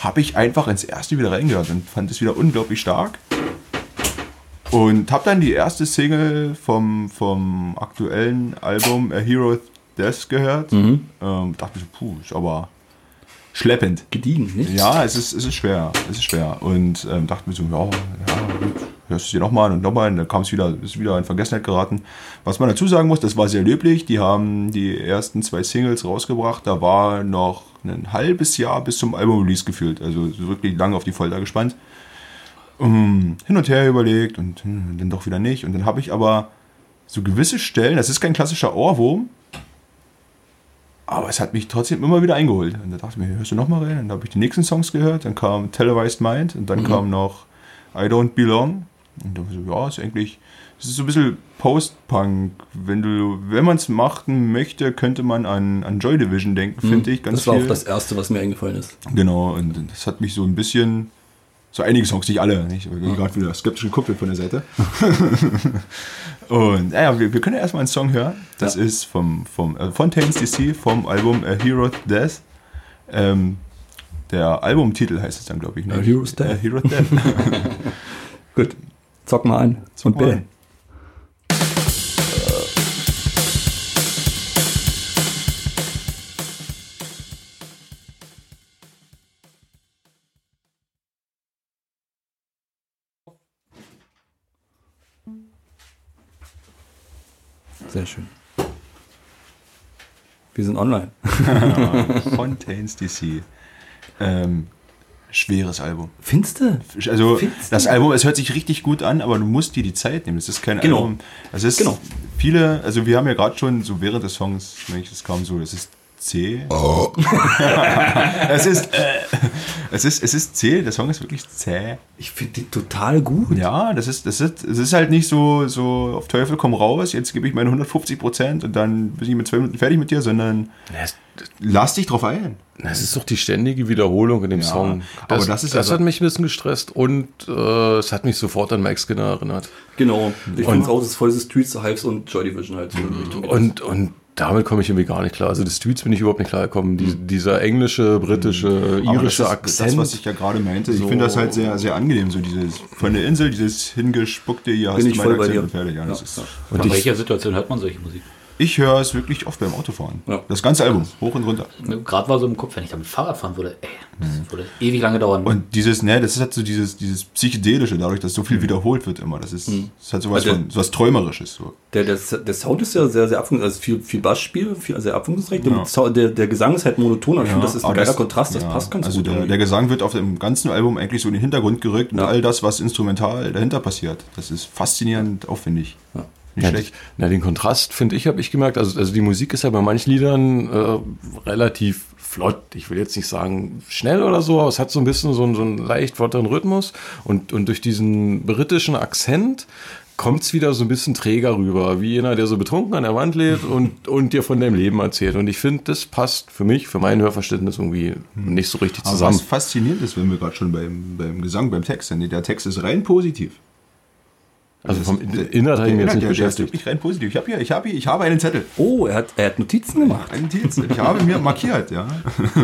habe ich einfach ins erste wieder reingehört und fand es wieder unglaublich stark. Und habe dann die erste Single vom, vom aktuellen Album A Hero Death gehört. Ähm, dachte ich, so, puh, ist aber schleppend. Gediegen, nicht? Ja, es ist, es ist schwer. Es ist schwer. Und ähm, dachte mir so, ja, ja gut, hörst du dir nochmal und nochmal. Und dann kam es wieder, ist wieder in Vergessenheit geraten. Was man dazu sagen muss, das war sehr löblich. Die haben die ersten zwei Singles rausgebracht. Da war noch ein halbes Jahr bis zum Album-Release gefühlt. Also wirklich lange auf die Folter gespannt. Ähm, hin und her überlegt und hm, dann doch wieder nicht. Und dann habe ich aber so gewisse Stellen, das ist kein klassischer Ohrwurm, aber es hat mich trotzdem immer wieder eingeholt. Und da dachte ich mir, hörst du nochmal rein? Und dann habe ich die nächsten Songs gehört. Dann kam Televised Mind und Mhm. dann kam noch I Don't Belong. Und dann so, ja, ist eigentlich, es ist so ein bisschen Post-Punk. Wenn du, wenn man es machen möchte, könnte man an, an Joy Division denken, finde ich. Mhm. Ganz Das war viel. auch das Erste, was mir eingefallen ist. Genau, und das hat mich so ein bisschen, so einige Songs, nicht alle, nicht? Ich bin gerade wieder skeptisch gekuppelt von der Seite. und naja, wir, wir können ja erstmal einen Song hören. Das ist vom, vom, äh, von Tames DC, vom Album A Hero's Death. Ähm, der Albumtitel heißt es dann, glaube ich. Ne? A Hero's Death. A Hero's Death. Gut, zock mal an und mal bitte. an. Sehr schön. Wir sind online. von Tames DC. Ähm, schweres Album. Finste? Also Findest das Album, es hört sich richtig gut an, aber du musst dir die Zeit nehmen. Es ist kein Genau. Album. Es ist Genau. viele, also wir haben ja gerade schon so während des Songs, wenn ich das kaum so, es ist C. Oh. es ist äh, es ist es ist C, der Song ist wirklich zäh. Ich finde die total gut. Ja, das ist das ist es ist halt nicht so so auf Teufel komm raus, jetzt gebe ich meine 150 Prozent und dann bin ich mit zwei Minuten fertig mit dir, sondern Das, lass dich drauf ein. das ist doch die ständige Wiederholung in dem Ja, Song. aber das ist ja so- hat mich ein bisschen gestresst und äh, es hat mich sofort an Mike Skinner erinnert. Genau. Ich finde auch das vollste Streets, Hives und Joy Division halt so in Mhm. Richtung. Und, und damit komme ich irgendwie gar nicht klar. Also die Streets bin ich überhaupt nicht klar gekommen. Die, dieser englische, britische, Hm. Aber irische das ist Akzent. Das, was ich ja gerade meinte. Ich So. finde das halt sehr, sehr angenehm, so dieses von der Insel, dieses hingespuckte hier, hast Bin ich voll bei dir. und fertig. Ja, das Ja, ist, ja. Und in welcher Situation hört man solche Musik? Ich höre es wirklich oft beim Autofahren. Ja. Das ganze Album, hoch und runter. Gerade war so im Kopf, wenn ich damit Fahrrad fahren würde, ey, das würde ewig lange dauern. Und dieses, ne, das ist halt so dieses, dieses psychedelische, dadurch, dass so viel wiederholt wird immer. Das ist, das ist halt sowas Mhm. Also- von, sowas Träumerisches. So. Der, der, der Sound ist ja sehr, sehr abwechslungsreich. Also viel, viel Bassspiel, viel, sehr abwechslungsreich. Der, Sound- der, der Gesang ist halt monoton. aber Ich finde, das ist ein aber geiler Kontrast. Das ja, passt ganz also gut. Der, irgendwie. der Gesang wird auf dem ganzen Album eigentlich so in den Hintergrund gerückt Ja. und all das, was instrumental dahinter passiert, das ist faszinierend aufwendig. Nicht Ja, schlecht. Na, den Kontrast, finde ich, habe ich gemerkt. Also, also die Musik ist ja bei manchen Liedern äh, relativ flott. Ich will jetzt nicht sagen schnell oder so, aber es hat so ein bisschen so, einen- so einen leicht flotteren Rhythmus. Und, und durch diesen britischen Akzent kommt es wieder so ein bisschen träger rüber, wie jener, der so betrunken an der Wand lebt und, und dir von deinem Leben erzählt. Und ich finde, das passt für mich, für mein Hörverständnis irgendwie nicht so richtig Hm. Aber was zusammen. faszinierend ist, wenn wir gerade schon beim, beim Gesang, beim Text sind, ne, der Text ist rein positiv. Also vom In- Der- Inhalt habe der ich mich jetzt nicht der- der ist beschäftigt. wirklich rein positiv. Ich habe hier, ich habe hier, ich habe einen Zettel. oh, er hat, er hat Notizen gemacht. Einen Zettel. Ich habe mir markiert, ja.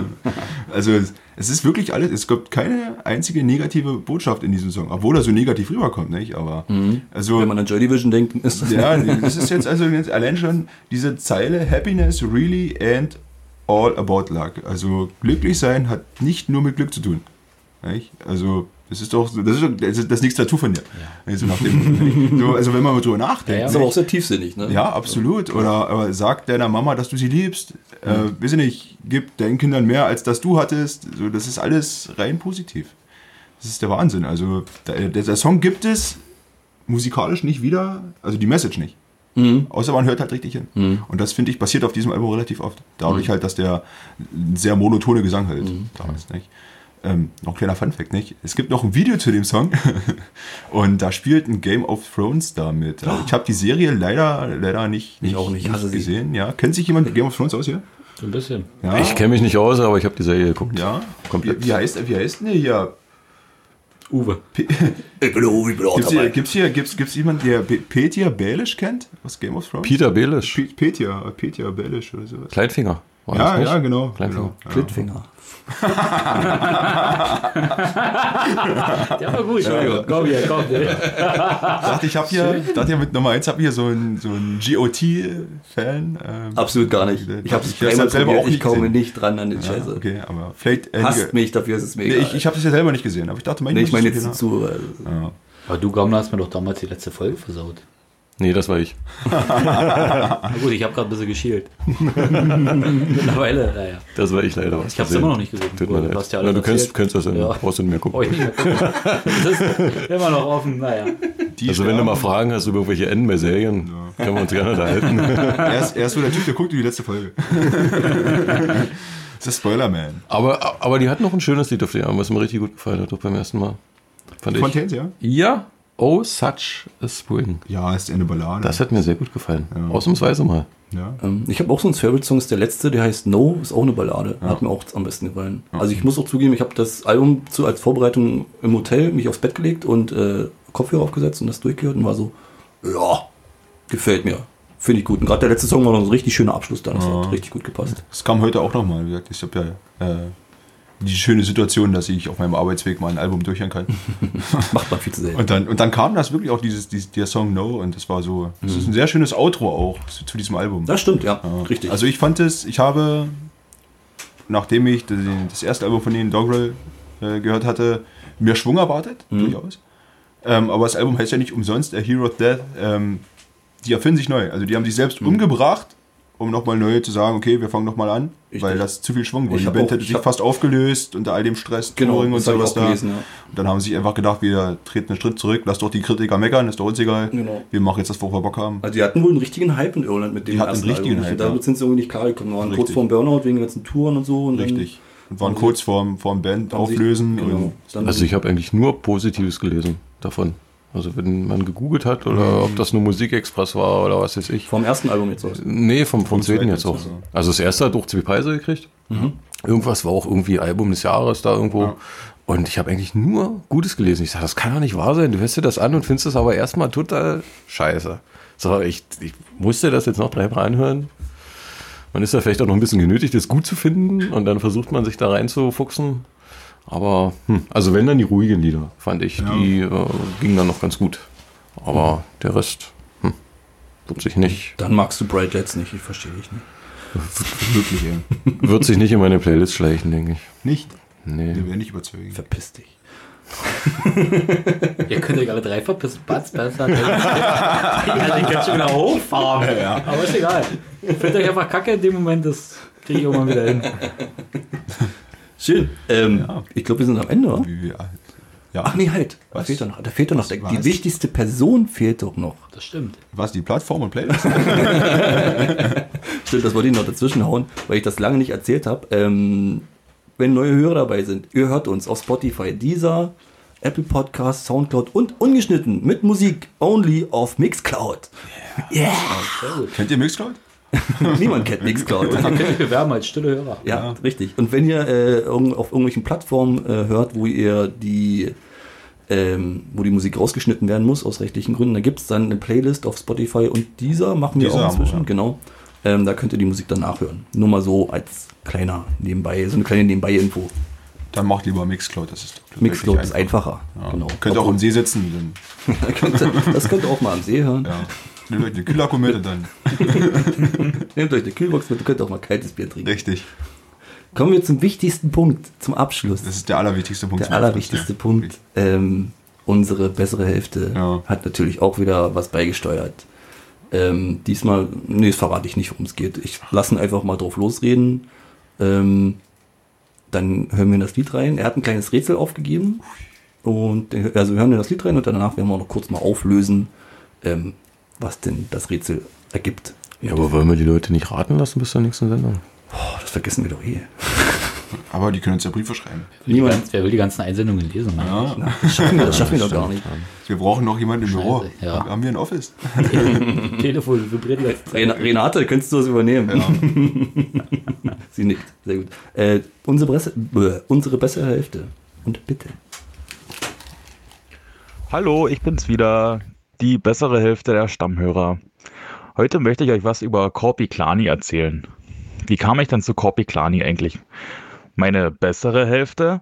Also es, es ist wirklich alles, es gibt keine einzige negative Botschaft in diesem Song, obwohl er so negativ rüberkommt, nicht? Aber Mhm. also Wenn man an Joy Division denkt, ist das ja, das ist jetzt also jetzt allein schon diese Zeile Happiness really and all about luck. Also glücklich sein hat nicht nur mit Glück zu tun. Nicht? Also das ist doch, das ist, doch- das ist das nächste Tattoo von dir. Also, nach dem, so, also wenn man mal drüber nachdenkt. Ja, ist ne? aber auch sehr tiefsinnig. Ne? Ja, absolut. Oder aber sag deiner Mama, dass du sie liebst. Äh, weiß ich nicht, gib deinen Kindern mehr, als dass du hattest. So, das ist alles rein positiv. Das ist der Wahnsinn. Also da- der, der Song gibt es musikalisch nicht wieder, also die Message nicht. Mhm. Außer man hört halt richtig hin. Und das finde ich passiert auf diesem Album relativ oft. Mhm. Dadurch halt, dass der sehr monotone Gesang halt da ist. Nicht? Ähm, noch ein kleiner Funfact, nicht? Es gibt noch ein Video zu dem Song und da spielt ein Game of Thrones damit. Äh, Ich habe die Serie leider, leider nicht, nicht, auch nicht, hasse sie. gesehen. Ja, kennt sich jemand mit Game of Thrones aus hier? so ein bisschen. Ja. Ich kenne mich nicht aus, aber ich habe die Serie geguckt. ja. Komplett. Wie, wie heißt wie heißt denn der hier? Uwe. Ich bin Uwe, ich bin auch Gibt's hier, dabei. gibt's hier, gibt's, gibt's jemanden, der Pe- Petya Baelish kennt? Aus Game of Thrones? Peter Belisch. Pe- Petya, Petya Baelish oder sowas. Kleinfinger. War Ja, das nicht? ja, genau. Kleinfinger. genau. Klittfinger. Der war gut. Entschuldigung. Komm hier, komm. Ich dachte, ich habe hier, ich dachte, mit Nummer 1 habe ich hier so einen, so einen GOT-Fan. Ähm, Absolut gar nicht. Ich habe es Ich hab's halt selber selber auch auch Ich nicht komme gesehen. nicht dran an den ja, Scheiße. Ah, okay, aber vielleicht. Äh, Hasst mich, dafür ist es mir Nee, egal. ich ich habe es ja selber nicht gesehen, aber ich dachte, mein nee, ich meine jetzt die genau. Zuhörer. also. Ja. Aber du, Gammler, hast mir doch damals die letzte Folge versaut. Nee, das war ich. Na gut, ich habe gerade ein bisschen geschielt. Mittlerweile, naja. Das war ich leider. Ich hab's immer noch nicht gesehen. Tut mir Du leid. hast ja Na, alles du kennst, erzählt. kennst das ja. Ja. nicht. Brauchst du nicht mehr gucken. Brauch ich nicht mehr gucken. Das ist immer noch offen, naja. Die also wenn du sterben. mal Fragen hast über irgendwelche Enden bei Serien, können wir uns gerne unterhalten. Er ist, er ist so der Typ, der guckt die letzte Folge. das ist Spoiler-Man. Aber, aber die hat noch ein schönes Lied auf die Arme, was mir richtig gut gefallen hat, auch beim ersten Mal. Fand ich. Fontaines, ja? Ja, Oh Such a Spring. Ja, ist eine Ballade. Das hat mir sehr gut gefallen. Ausnahmsweise mal. ja. Ähm, Ich habe auch so einen Favorite-Song, ist der letzte, der heißt No, ist auch eine Ballade. Hat mir auch am besten gefallen. Also ich muss auch zugeben, ich habe das Album zu, als Vorbereitung im Hotel mich aufs Bett gelegt und äh, Kopfhörer aufgesetzt und das durchgehört und war so, ja, gefällt mir. Finde ich gut. Und gerade der letzte Song war noch ein richtig schöner Abschluss dann. Das hat richtig gut gepasst. Das kam heute auch nochmal. Wie gesagt, ich habe ja äh, die schöne Situation, dass ich auf meinem Arbeitsweg mal ein Album durchhören kann. Macht man viel zu selten. Und dann, und dann kam das wirklich auch, dieses, dieses, der Song No, und das war so. Das Mhm. ist ein sehr schönes Outro auch zu, zu diesem Album. Das stimmt, ja. Richtig. Also ich fand es, ich habe, nachdem ich den- das erste Album von denen, Dogrel, äh, gehört hatte, mehr Schwung erwartet, Mhm. durchaus. Ähm, aber das Album heißt ja nicht umsonst A Hero of Death. Ähm, die erfinden sich neu. Also die haben sich selbst Mhm. umgebracht, um nochmal neu zu sagen, okay, wir fangen nochmal an, weil das zu viel Schwung war. Ich Die hab Band auch- hätte ich sich hab- fast aufgelöst unter all dem Stress, Genau, Touring und das hab ich sowas auch da. gelesen, ja. Und dann haben sie sich einfach gedacht, wir treten einen Schritt zurück, lass doch die Kritiker meckern, ist doch uns egal. Genau. Wir machen jetzt das, worauf wir Bock haben. Also die hatten wohl einen richtigen Hype in Irland mit dem Die hatten einen richtigen Album. Hype, Damit ja. sind sie irgendwie nicht klar gekommen. Waren kurz Richtig. vorm Burnout wegen den ganzen Touren und so. Und Richtig. Und waren kurz vorm, vorm Band Dann haben sie- auflösen. Genau. Und Dann Also ich habe eigentlich nur Positives gelesen davon. Also wenn man gegoogelt hat oder Mhm. ob das nur Musikexpress war oder was weiß ich. vom ersten Album jetzt aus. Nee, vom, vom zweiten zweiten jetzt auch. jetzt, also. Mhm. Also das erste hat auch zwei Preise gekriegt. Irgendwas war auch irgendwie Album des Jahres da irgendwo. Und ich habe eigentlich nur Gutes gelesen. Ich sage, das kann doch nicht wahr sein. Du hörst dir das an und findest es aber erstmal total scheiße. So, ich, ich musste das jetzt noch dreimal anhören. Man ist da vielleicht auch noch ein bisschen genötigt, das gut zu finden. Und dann versucht man sich da reinzufuchsen. Aber, hm, also wenn dann die ruhigen Lieder, fand ich. Die äh, gingen dann noch ganz gut. Aber der Rest, hm, tut sich nicht. Dann magst du Bright Lights nicht, ich verstehe dich nicht. Wirklich, ja. Wird sich nicht in meine Playlist schleichen, denke ich. Nicht. Nee. Wir werden nicht überzeugen. Verpiss dich. Ihr könnt euch alle drei verpissen. Batz, Batz, Batz. Ja, den könnt ihr wieder hochfahren. Aber ist egal. Findet euch einfach kacke in dem Moment, das kriege ich irgendwann wieder hin. Schön. Ähm, Ich glaube, wir sind am Ende, oder? Wie wir alt. Ach Ja. nee, halt. Da Was? fehlt doch noch. Da fehlt doch noch. der- Die Was? wichtigste Person fehlt doch noch. Das stimmt. Was, die Plattform und Playlist? Stimmt, das wollte ich noch dazwischen hauen, weil ich das lange nicht erzählt habe. Ähm, wenn neue Hörer dabei sind, ihr hört uns auf Spotify, Deezer, Apple Podcasts, Soundcloud und ungeschnitten mit Musik only auf Mixcloud. Yeah. Kennt ihr Mixcloud? Niemand kennt Mixcloud. Ihr könnt euch bewerben als stille Hörer. Ja, richtig. Und wenn ihr äh, irgend- auf irgendwelchen Plattformen äh, hört, wo ihr die ähm, wo die Musik rausgeschnitten werden muss, aus rechtlichen Gründen, da gibt's dann eine Playlist auf Spotify und dieser machen wir Deezer auch haben wir, inzwischen, ja. genau. Ähm, da könnt ihr die Musik dann nachhören. Nur mal so als kleiner nebenbei, so eine kleine Nebenbei-Info. Dann macht lieber Mixcloud, das ist doch Mixcloud wirklich ist einfacher. Ja. Genau. Könnt ihr auch am See sitzen. das könnt ihr auch mal am See hören. Dann, ja. Nehmt euch eine Kühlakkumette dann. Nehmt euch eine Kühlbox mit, ihr könnt auch mal kaltes Bier trinken. Richtig. Kommen wir zum wichtigsten Punkt, zum Abschluss. Das ist der allerwichtigste Punkt. Der zum Abschluss, allerwichtigste ja. Punkt. Ähm, unsere bessere Hälfte Ja. hat natürlich auch wieder was beigesteuert. Ähm, diesmal, nee, das verrate ich nicht, worum es geht. Ich lasse ihn einfach mal drauf losreden. Ähm, dann hören wir in das Lied rein. Er hat ein kleines Rätsel aufgegeben. Und äh, also wir hören in das Lied rein und danach werden wir noch kurz mal auflösen, ähm, was denn das Rätsel ergibt. Ja, aber wollen wir die Leute nicht raten lassen bis zur nächsten Sendung? Boah, das vergessen wir doch eh. Aber die können uns ja Briefe schreiben. Niemand. Wer will die ganzen Einsendungen lesen? ne? Mann? Ja. Na, das schaffen wir, das schaffen wir doch gar nicht. Wir brauchen noch jemanden im Büro. Scheiße, ja. Haben wir ein Office? Telefon vibriert letztens. Ren Renate, könntest du das übernehmen? Genau. Sie nickt, sehr äh, gut. Äh, unsere, Presse, bäh, unsere bessere Hälfte. Und bitte. Hallo, ich bin's wieder, die bessere Hälfte der Stammhörer. Heute möchte ich euch was über Corpi Klani erzählen. Wie kam ich denn zu Corpi Klani eigentlich? Meine bessere Hälfte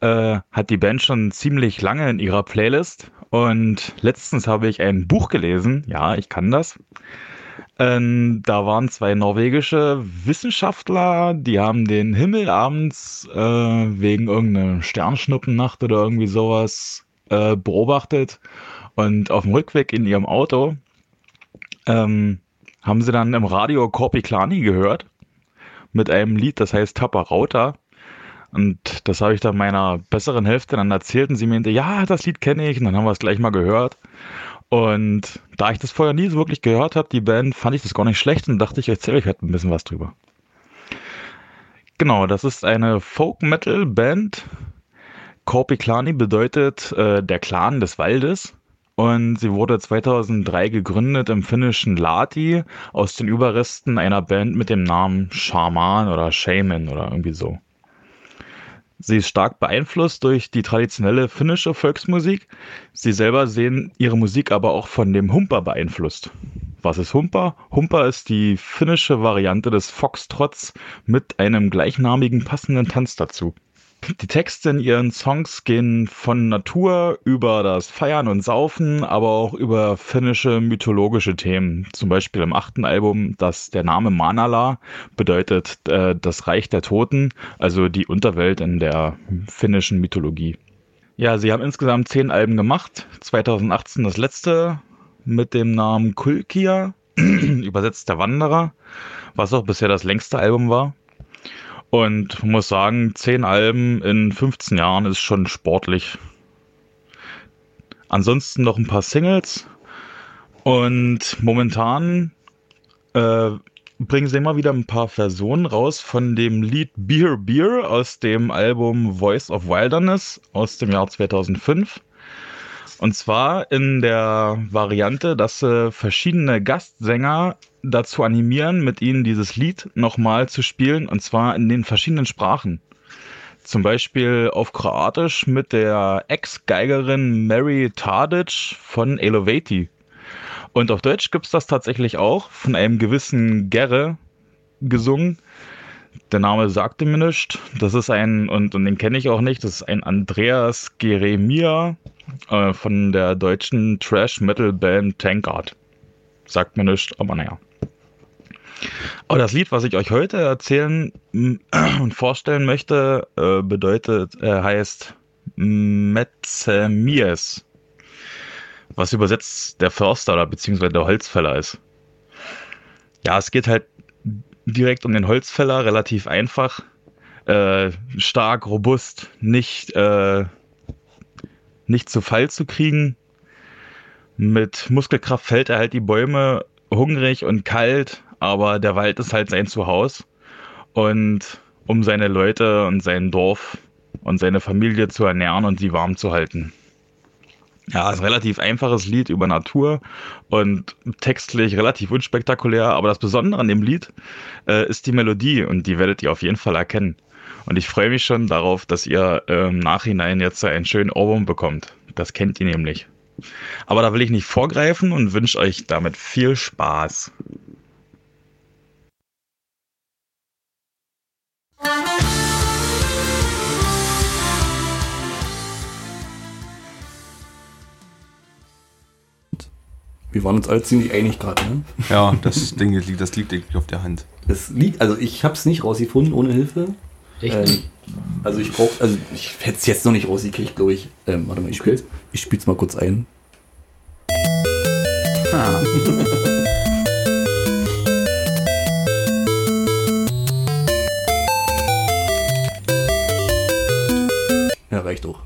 äh, hat die Band schon ziemlich lange in ihrer Playlist und letztens habe ich ein Buch gelesen, ja, ich kann das. Ähm, da waren zwei norwegische Wissenschaftler, die haben den Himmel abends äh, wegen irgendeiner Sternschnuppennacht oder irgendwie sowas äh, beobachtet. Und auf dem Rückweg in ihrem Auto ähm, haben sie dann im Radio Corpi Klani gehört mit einem Lied, das heißt Tapparauta. Und das habe ich dann meiner besseren Hälfte dann erzählt und sie meinte, ja, das Lied kenne ich. Und dann haben wir es gleich mal gehört. Und da ich das vorher nie so wirklich gehört habe, die Band, fand ich das gar nicht schlecht und dachte, ich erzähle euch halt ein bisschen was drüber. Genau, das ist eine Folk-Metal-Band. Corpi Klani bedeutet äh, der Clan des Waldes. Und sie wurde 2003 gegründet im finnischen Lati aus den Überresten einer Band mit dem Namen Shaman oder Shaman oder irgendwie so. Sie ist stark beeinflusst durch die traditionelle finnische Volksmusik. Sie selber sehen ihre Musik aber auch von dem Humper beeinflusst. Was ist Humper? Humper ist die finnische Variante des Foxtrots mit einem gleichnamigen passenden Tanz dazu. Die Texte in ihren Songs gehen von Natur über das Feiern und Saufen, aber auch über finnische mythologische Themen. Zum Beispiel im achten Album, dass der Name Manala bedeutet äh, das Reich der Toten, also die Unterwelt in der finnischen Mythologie. Ja, sie haben insgesamt zehn Alben gemacht. 2018 das letzte mit dem Namen Kulkia, übersetzt der Wanderer, was auch bisher das längste Album war. Und muss sagen, 10 Alben in 15 Jahren ist schon sportlich. Ansonsten noch ein paar Singles. Und momentan äh, bringen sie immer wieder ein paar Versionen raus von dem Lied Beer Beer aus dem Album Voice of Wilderness aus dem Jahr 2005. Und zwar in der Variante, dass sie verschiedene Gastsänger dazu animieren, mit ihnen dieses Lied nochmal zu spielen, und zwar in den verschiedenen Sprachen. Zum Beispiel auf Kroatisch mit der Ex-Geigerin Mary Tadic von Eloveti. Und auf Deutsch gibt's das tatsächlich auch von einem gewissen Gerre gesungen. Der Name sagte mir nichts. Das ist ein, und, und den kenne ich auch nicht, das ist ein Andreas Geremia äh, von der deutschen Trash-Metal-Band Tankard. Sagt mir nichts, aber naja. Aber das Lied, was ich euch heute erzählen m, und vorstellen möchte, äh, bedeutet, äh, heißt Metzemies, was übersetzt der Förster oder beziehungsweise der Holzfäller ist. Ja, es geht halt direkt um den Holzfäller, relativ einfach, äh, stark, robust, nicht, äh, nicht zu Fall zu kriegen. Mit Muskelkraft fällt er halt die Bäume hungrig und kalt, aber der Wald ist halt sein Zuhause. Und um seine Leute und sein Dorf und seine Familie zu ernähren und sie warm zu halten. Ja, ist ein relativ einfaches Lied über Natur und textlich relativ unspektakulär, aber das Besondere an dem Lied äh, ist die Melodie und die werdet ihr auf jeden Fall erkennen. Und ich freue mich schon darauf, dass ihr äh, im Nachhinein jetzt äh, einen schönen Ohrwurm bekommt. Das kennt ihr nämlich. Aber da will ich nicht vorgreifen und wünsche euch damit viel Spaß. Wir waren uns alle ziemlich einig gerade. Ne? Ja, das Ding das liegt, das liegt irgendwie auf der Hand. Das liegt, also ich habe es nicht rausgefunden ohne Hilfe. Echt? Ähm, also ich brauche, also ich hätte es jetzt noch nicht rausgekriegt, glaube ich. Ähm, warte mal, ich spiel's, ich spiel's mal kurz ein. Ja, reicht doch.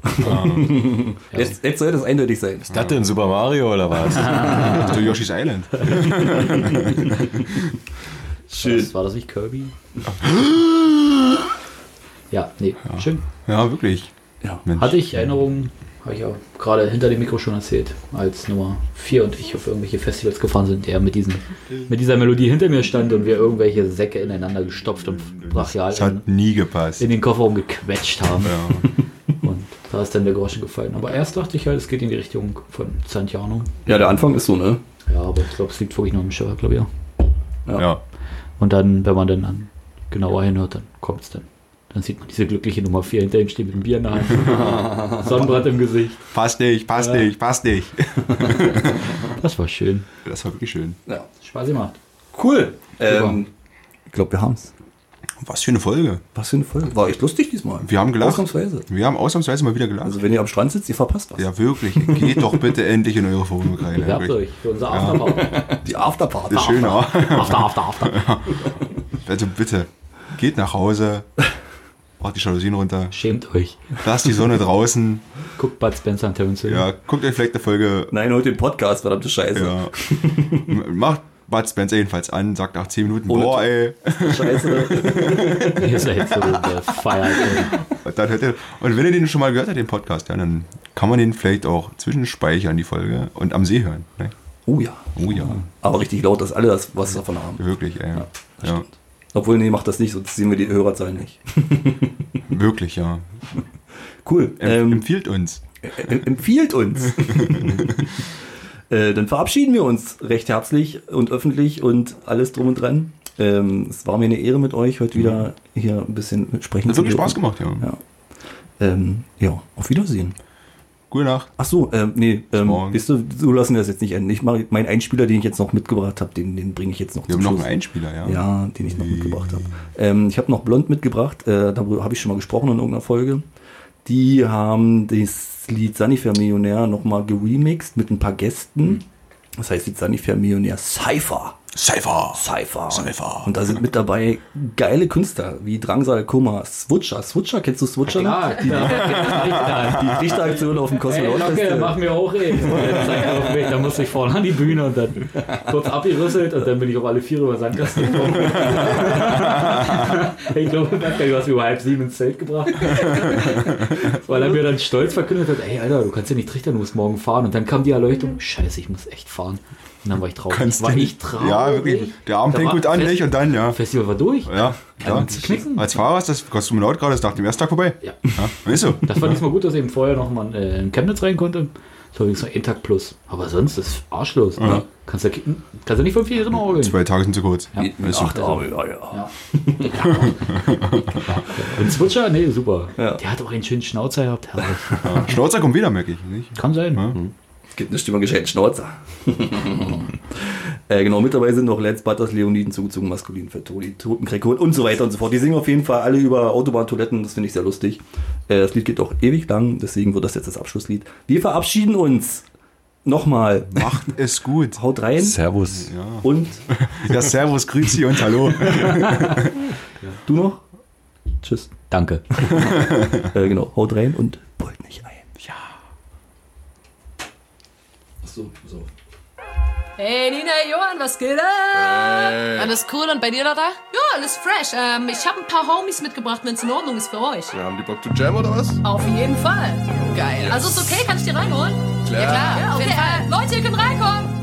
jetzt, jetzt sollte es eindeutig sein. Was das denn, Super Mario oder was? Ach, du Yoshi's Island. Das war das nicht Kirby? ja, nee, schön. Ja, wirklich. Ja. Mensch. Hatte ich Erinnerungen, habe ich ja gerade hinter dem Mikro schon erzählt, als Nummer 4 und ich auf irgendwelche Festivals gefahren sind, der mit, diesen, mit dieser Melodie hinter mir stand und wir irgendwelche Säcke ineinander gestopft und brachial Das in, hat nie gepasst. in den Kofferraum gequetscht haben. Ja. Und da Da ist dann der Groschen gefallen. Aber erst dachte ich halt, es geht in die Richtung von Santiano. Ja, der Anfang ist so, ne? Ja, aber ich glaube, es liegt wirklich nur im Schwerklavier. Ja. Ja. Und dann, wenn man dann an genauer hinhört, dann kommt es dann. Dann sieht man diese glückliche Nummer 4 hinter ihm stehen mit dem Bier in der Hand. Sonnenbrand im Gesicht. Passt nicht, passt Ja. nicht, passt nicht. Das war schön. Das war wirklich schön. ja. Spaß gemacht. Cool. Ähm, ich glaube, wir haben's. Was für eine Folge. Was für eine Folge. War echt lustig diesmal. Wir haben gelacht. Ausnahmsweise. Wir haben ausnahmsweise mal wieder gelacht. Also wenn ihr am Strand sitzt, ihr verpasst was. ja, wirklich. Geht doch bitte endlich in eure Wohnung rein. Bewerbt wirklich. euch für unser Afterpower. Die Afterparty. Das ist schön, aber- After, after, after. Also bitte, geht nach Hause, macht die Jalousien runter, Schämt euch. lasst die Sonne draußen. Guckt Bud Spencer und Terence Hill. Ja, guckt euch vielleicht eine Folge. Nein, heute den Podcast, verdammte Scheiße. Ja. M- macht Bud Spencer jedenfalls an, sagt nach 10 Minuten, Ohne boah, ey. Scheiße. Ihr seid so gefeiert. ey. Und, dann hört ihr, und wenn ihr den schon mal gehört habt, den Podcast, ja, dann kann man den vielleicht auch zwischenspeichern, die Folge, und am See hören. Ne? Oh ja. Oh ja, Aber richtig laut, dass alle das, was davon haben. wirklich, ey. Ja, Obwohl, nee, macht das nicht, sonst sehen wir die Hörerzahl nicht. wirklich, ja. Cool. Em Ähm, empfiehlt uns. em- empfiehlt uns. äh, dann verabschieden wir uns recht herzlich und öffentlich und alles drum und dran. Ähm, es war mir eine Ehre mit euch, heute wieder hier ein bisschen sprechen Mhm. Hat wirklich dürfen. Spaß gemacht, ja. Ja. Ähm, ja, auf Wiedersehen. Gute Nacht. Ach so, ähm, nee, ähm, morgen. weißt du, so lassen wir das jetzt nicht enden. Ich mache meinen Einspieler, den ich jetzt noch mitgebracht habe, den, den bringe ich jetzt noch Wir haben noch einen Einspieler, ja. Ja, den ich noch mitgebracht habe. Ähm, ich habe noch Blond mitgebracht, äh, darüber habe ich schon mal gesprochen in irgendeiner Folge. Die haben das Lied Sunny Fair Millionär nochmal geremixed mit ein paar Mhm. Gästen. Das heißt jetzt Sunny Fair Millionär Cypher. Oh, Cypher. Cypher. Cypher. Und da sind mit dabei geile Künstler wie Drangsal, Kummer, Switcher. Switcher, kennst du Switcher? Klar, die Die Trichteraktion auf dem Ey, Cosmonaut Locke, mach mir auch eh. Da musste ich vorne an die Bühne und dann kurz abgerüsselt und dann bin ich auf alle vier über den Sandkasten gekommen. ich glaube, Bertha, du hast mich über halb sieben ins Zelt gebracht. Weil er mir dann stolz verkündet hat, ey Alter, du kannst ja nicht trichtern, du musst morgen fahren. Und dann kam die Erleuchtung, scheiße, ich muss echt fahren. Und dann war ich traurig. Kannst war du ich nicht- traurig. Ja, wirklich. Der Abend Da fängt war gut an, Fest- nicht? Und dann, ja. Festival war durch. Ja, klar. zu knicken. Als Fahrer ist das Kosmonaut gerade, ist nach dem ersten Tag vorbei. Ja. Ja, weißt du? Das war diesmal gut, dass eben vorher noch mal äh, in Chemnitz rein konnte. Das war übrigens nur ein Tag plus. Aber sonst ist arschlos. Ne? Kannst du kicken? Kannst du nicht von vier Jahren orgeln. Zwei Tage sind zu kurz. Ja. Weißt du? Ach, da, ja, ja. Und Switcher? Nee, super. Ja. Der hat auch einen schönen Schnauzer gehabt. Herrlich. Schnauzer kommt wieder, merke ich. Nicht? Kann sein. Ja. Es gibt nicht immer gescheit Schnauzer. äh, genau, mit dabei sind noch Let's Butters, Leoniden, zugezogen, Maskulin, Fettoli, Totenkrekord und so weiter und so fort. Die singen auf jeden Fall alle über Autobahntoiletten, das finde ich sehr lustig. Äh, das Lied geht auch ewig lang, deswegen wird das jetzt das Abschlusslied. Wir verabschieden uns nochmal. Macht es gut. Haut rein Servus. und Ja, Servus, Grüezi und Hallo. du noch? Tschüss. Danke. Äh, genau, haut rein und wollt nicht ein. Ja. Achso, so. Hey Nina, Johann, was geht ab? Alles cool und bei dir, Lotta? Ja, alles fresh. Ähm, ich habe ein paar Homies mitgebracht, wenn es in Ordnung ist für euch. Wir haben die Bock zu Jam oder was? Auf jeden Fall. Geil. Also ist okay, kann ich dir reinholen? Ja, klar. Ja, auf jeden Fall. äh, Leute, ihr könnt reinkommen.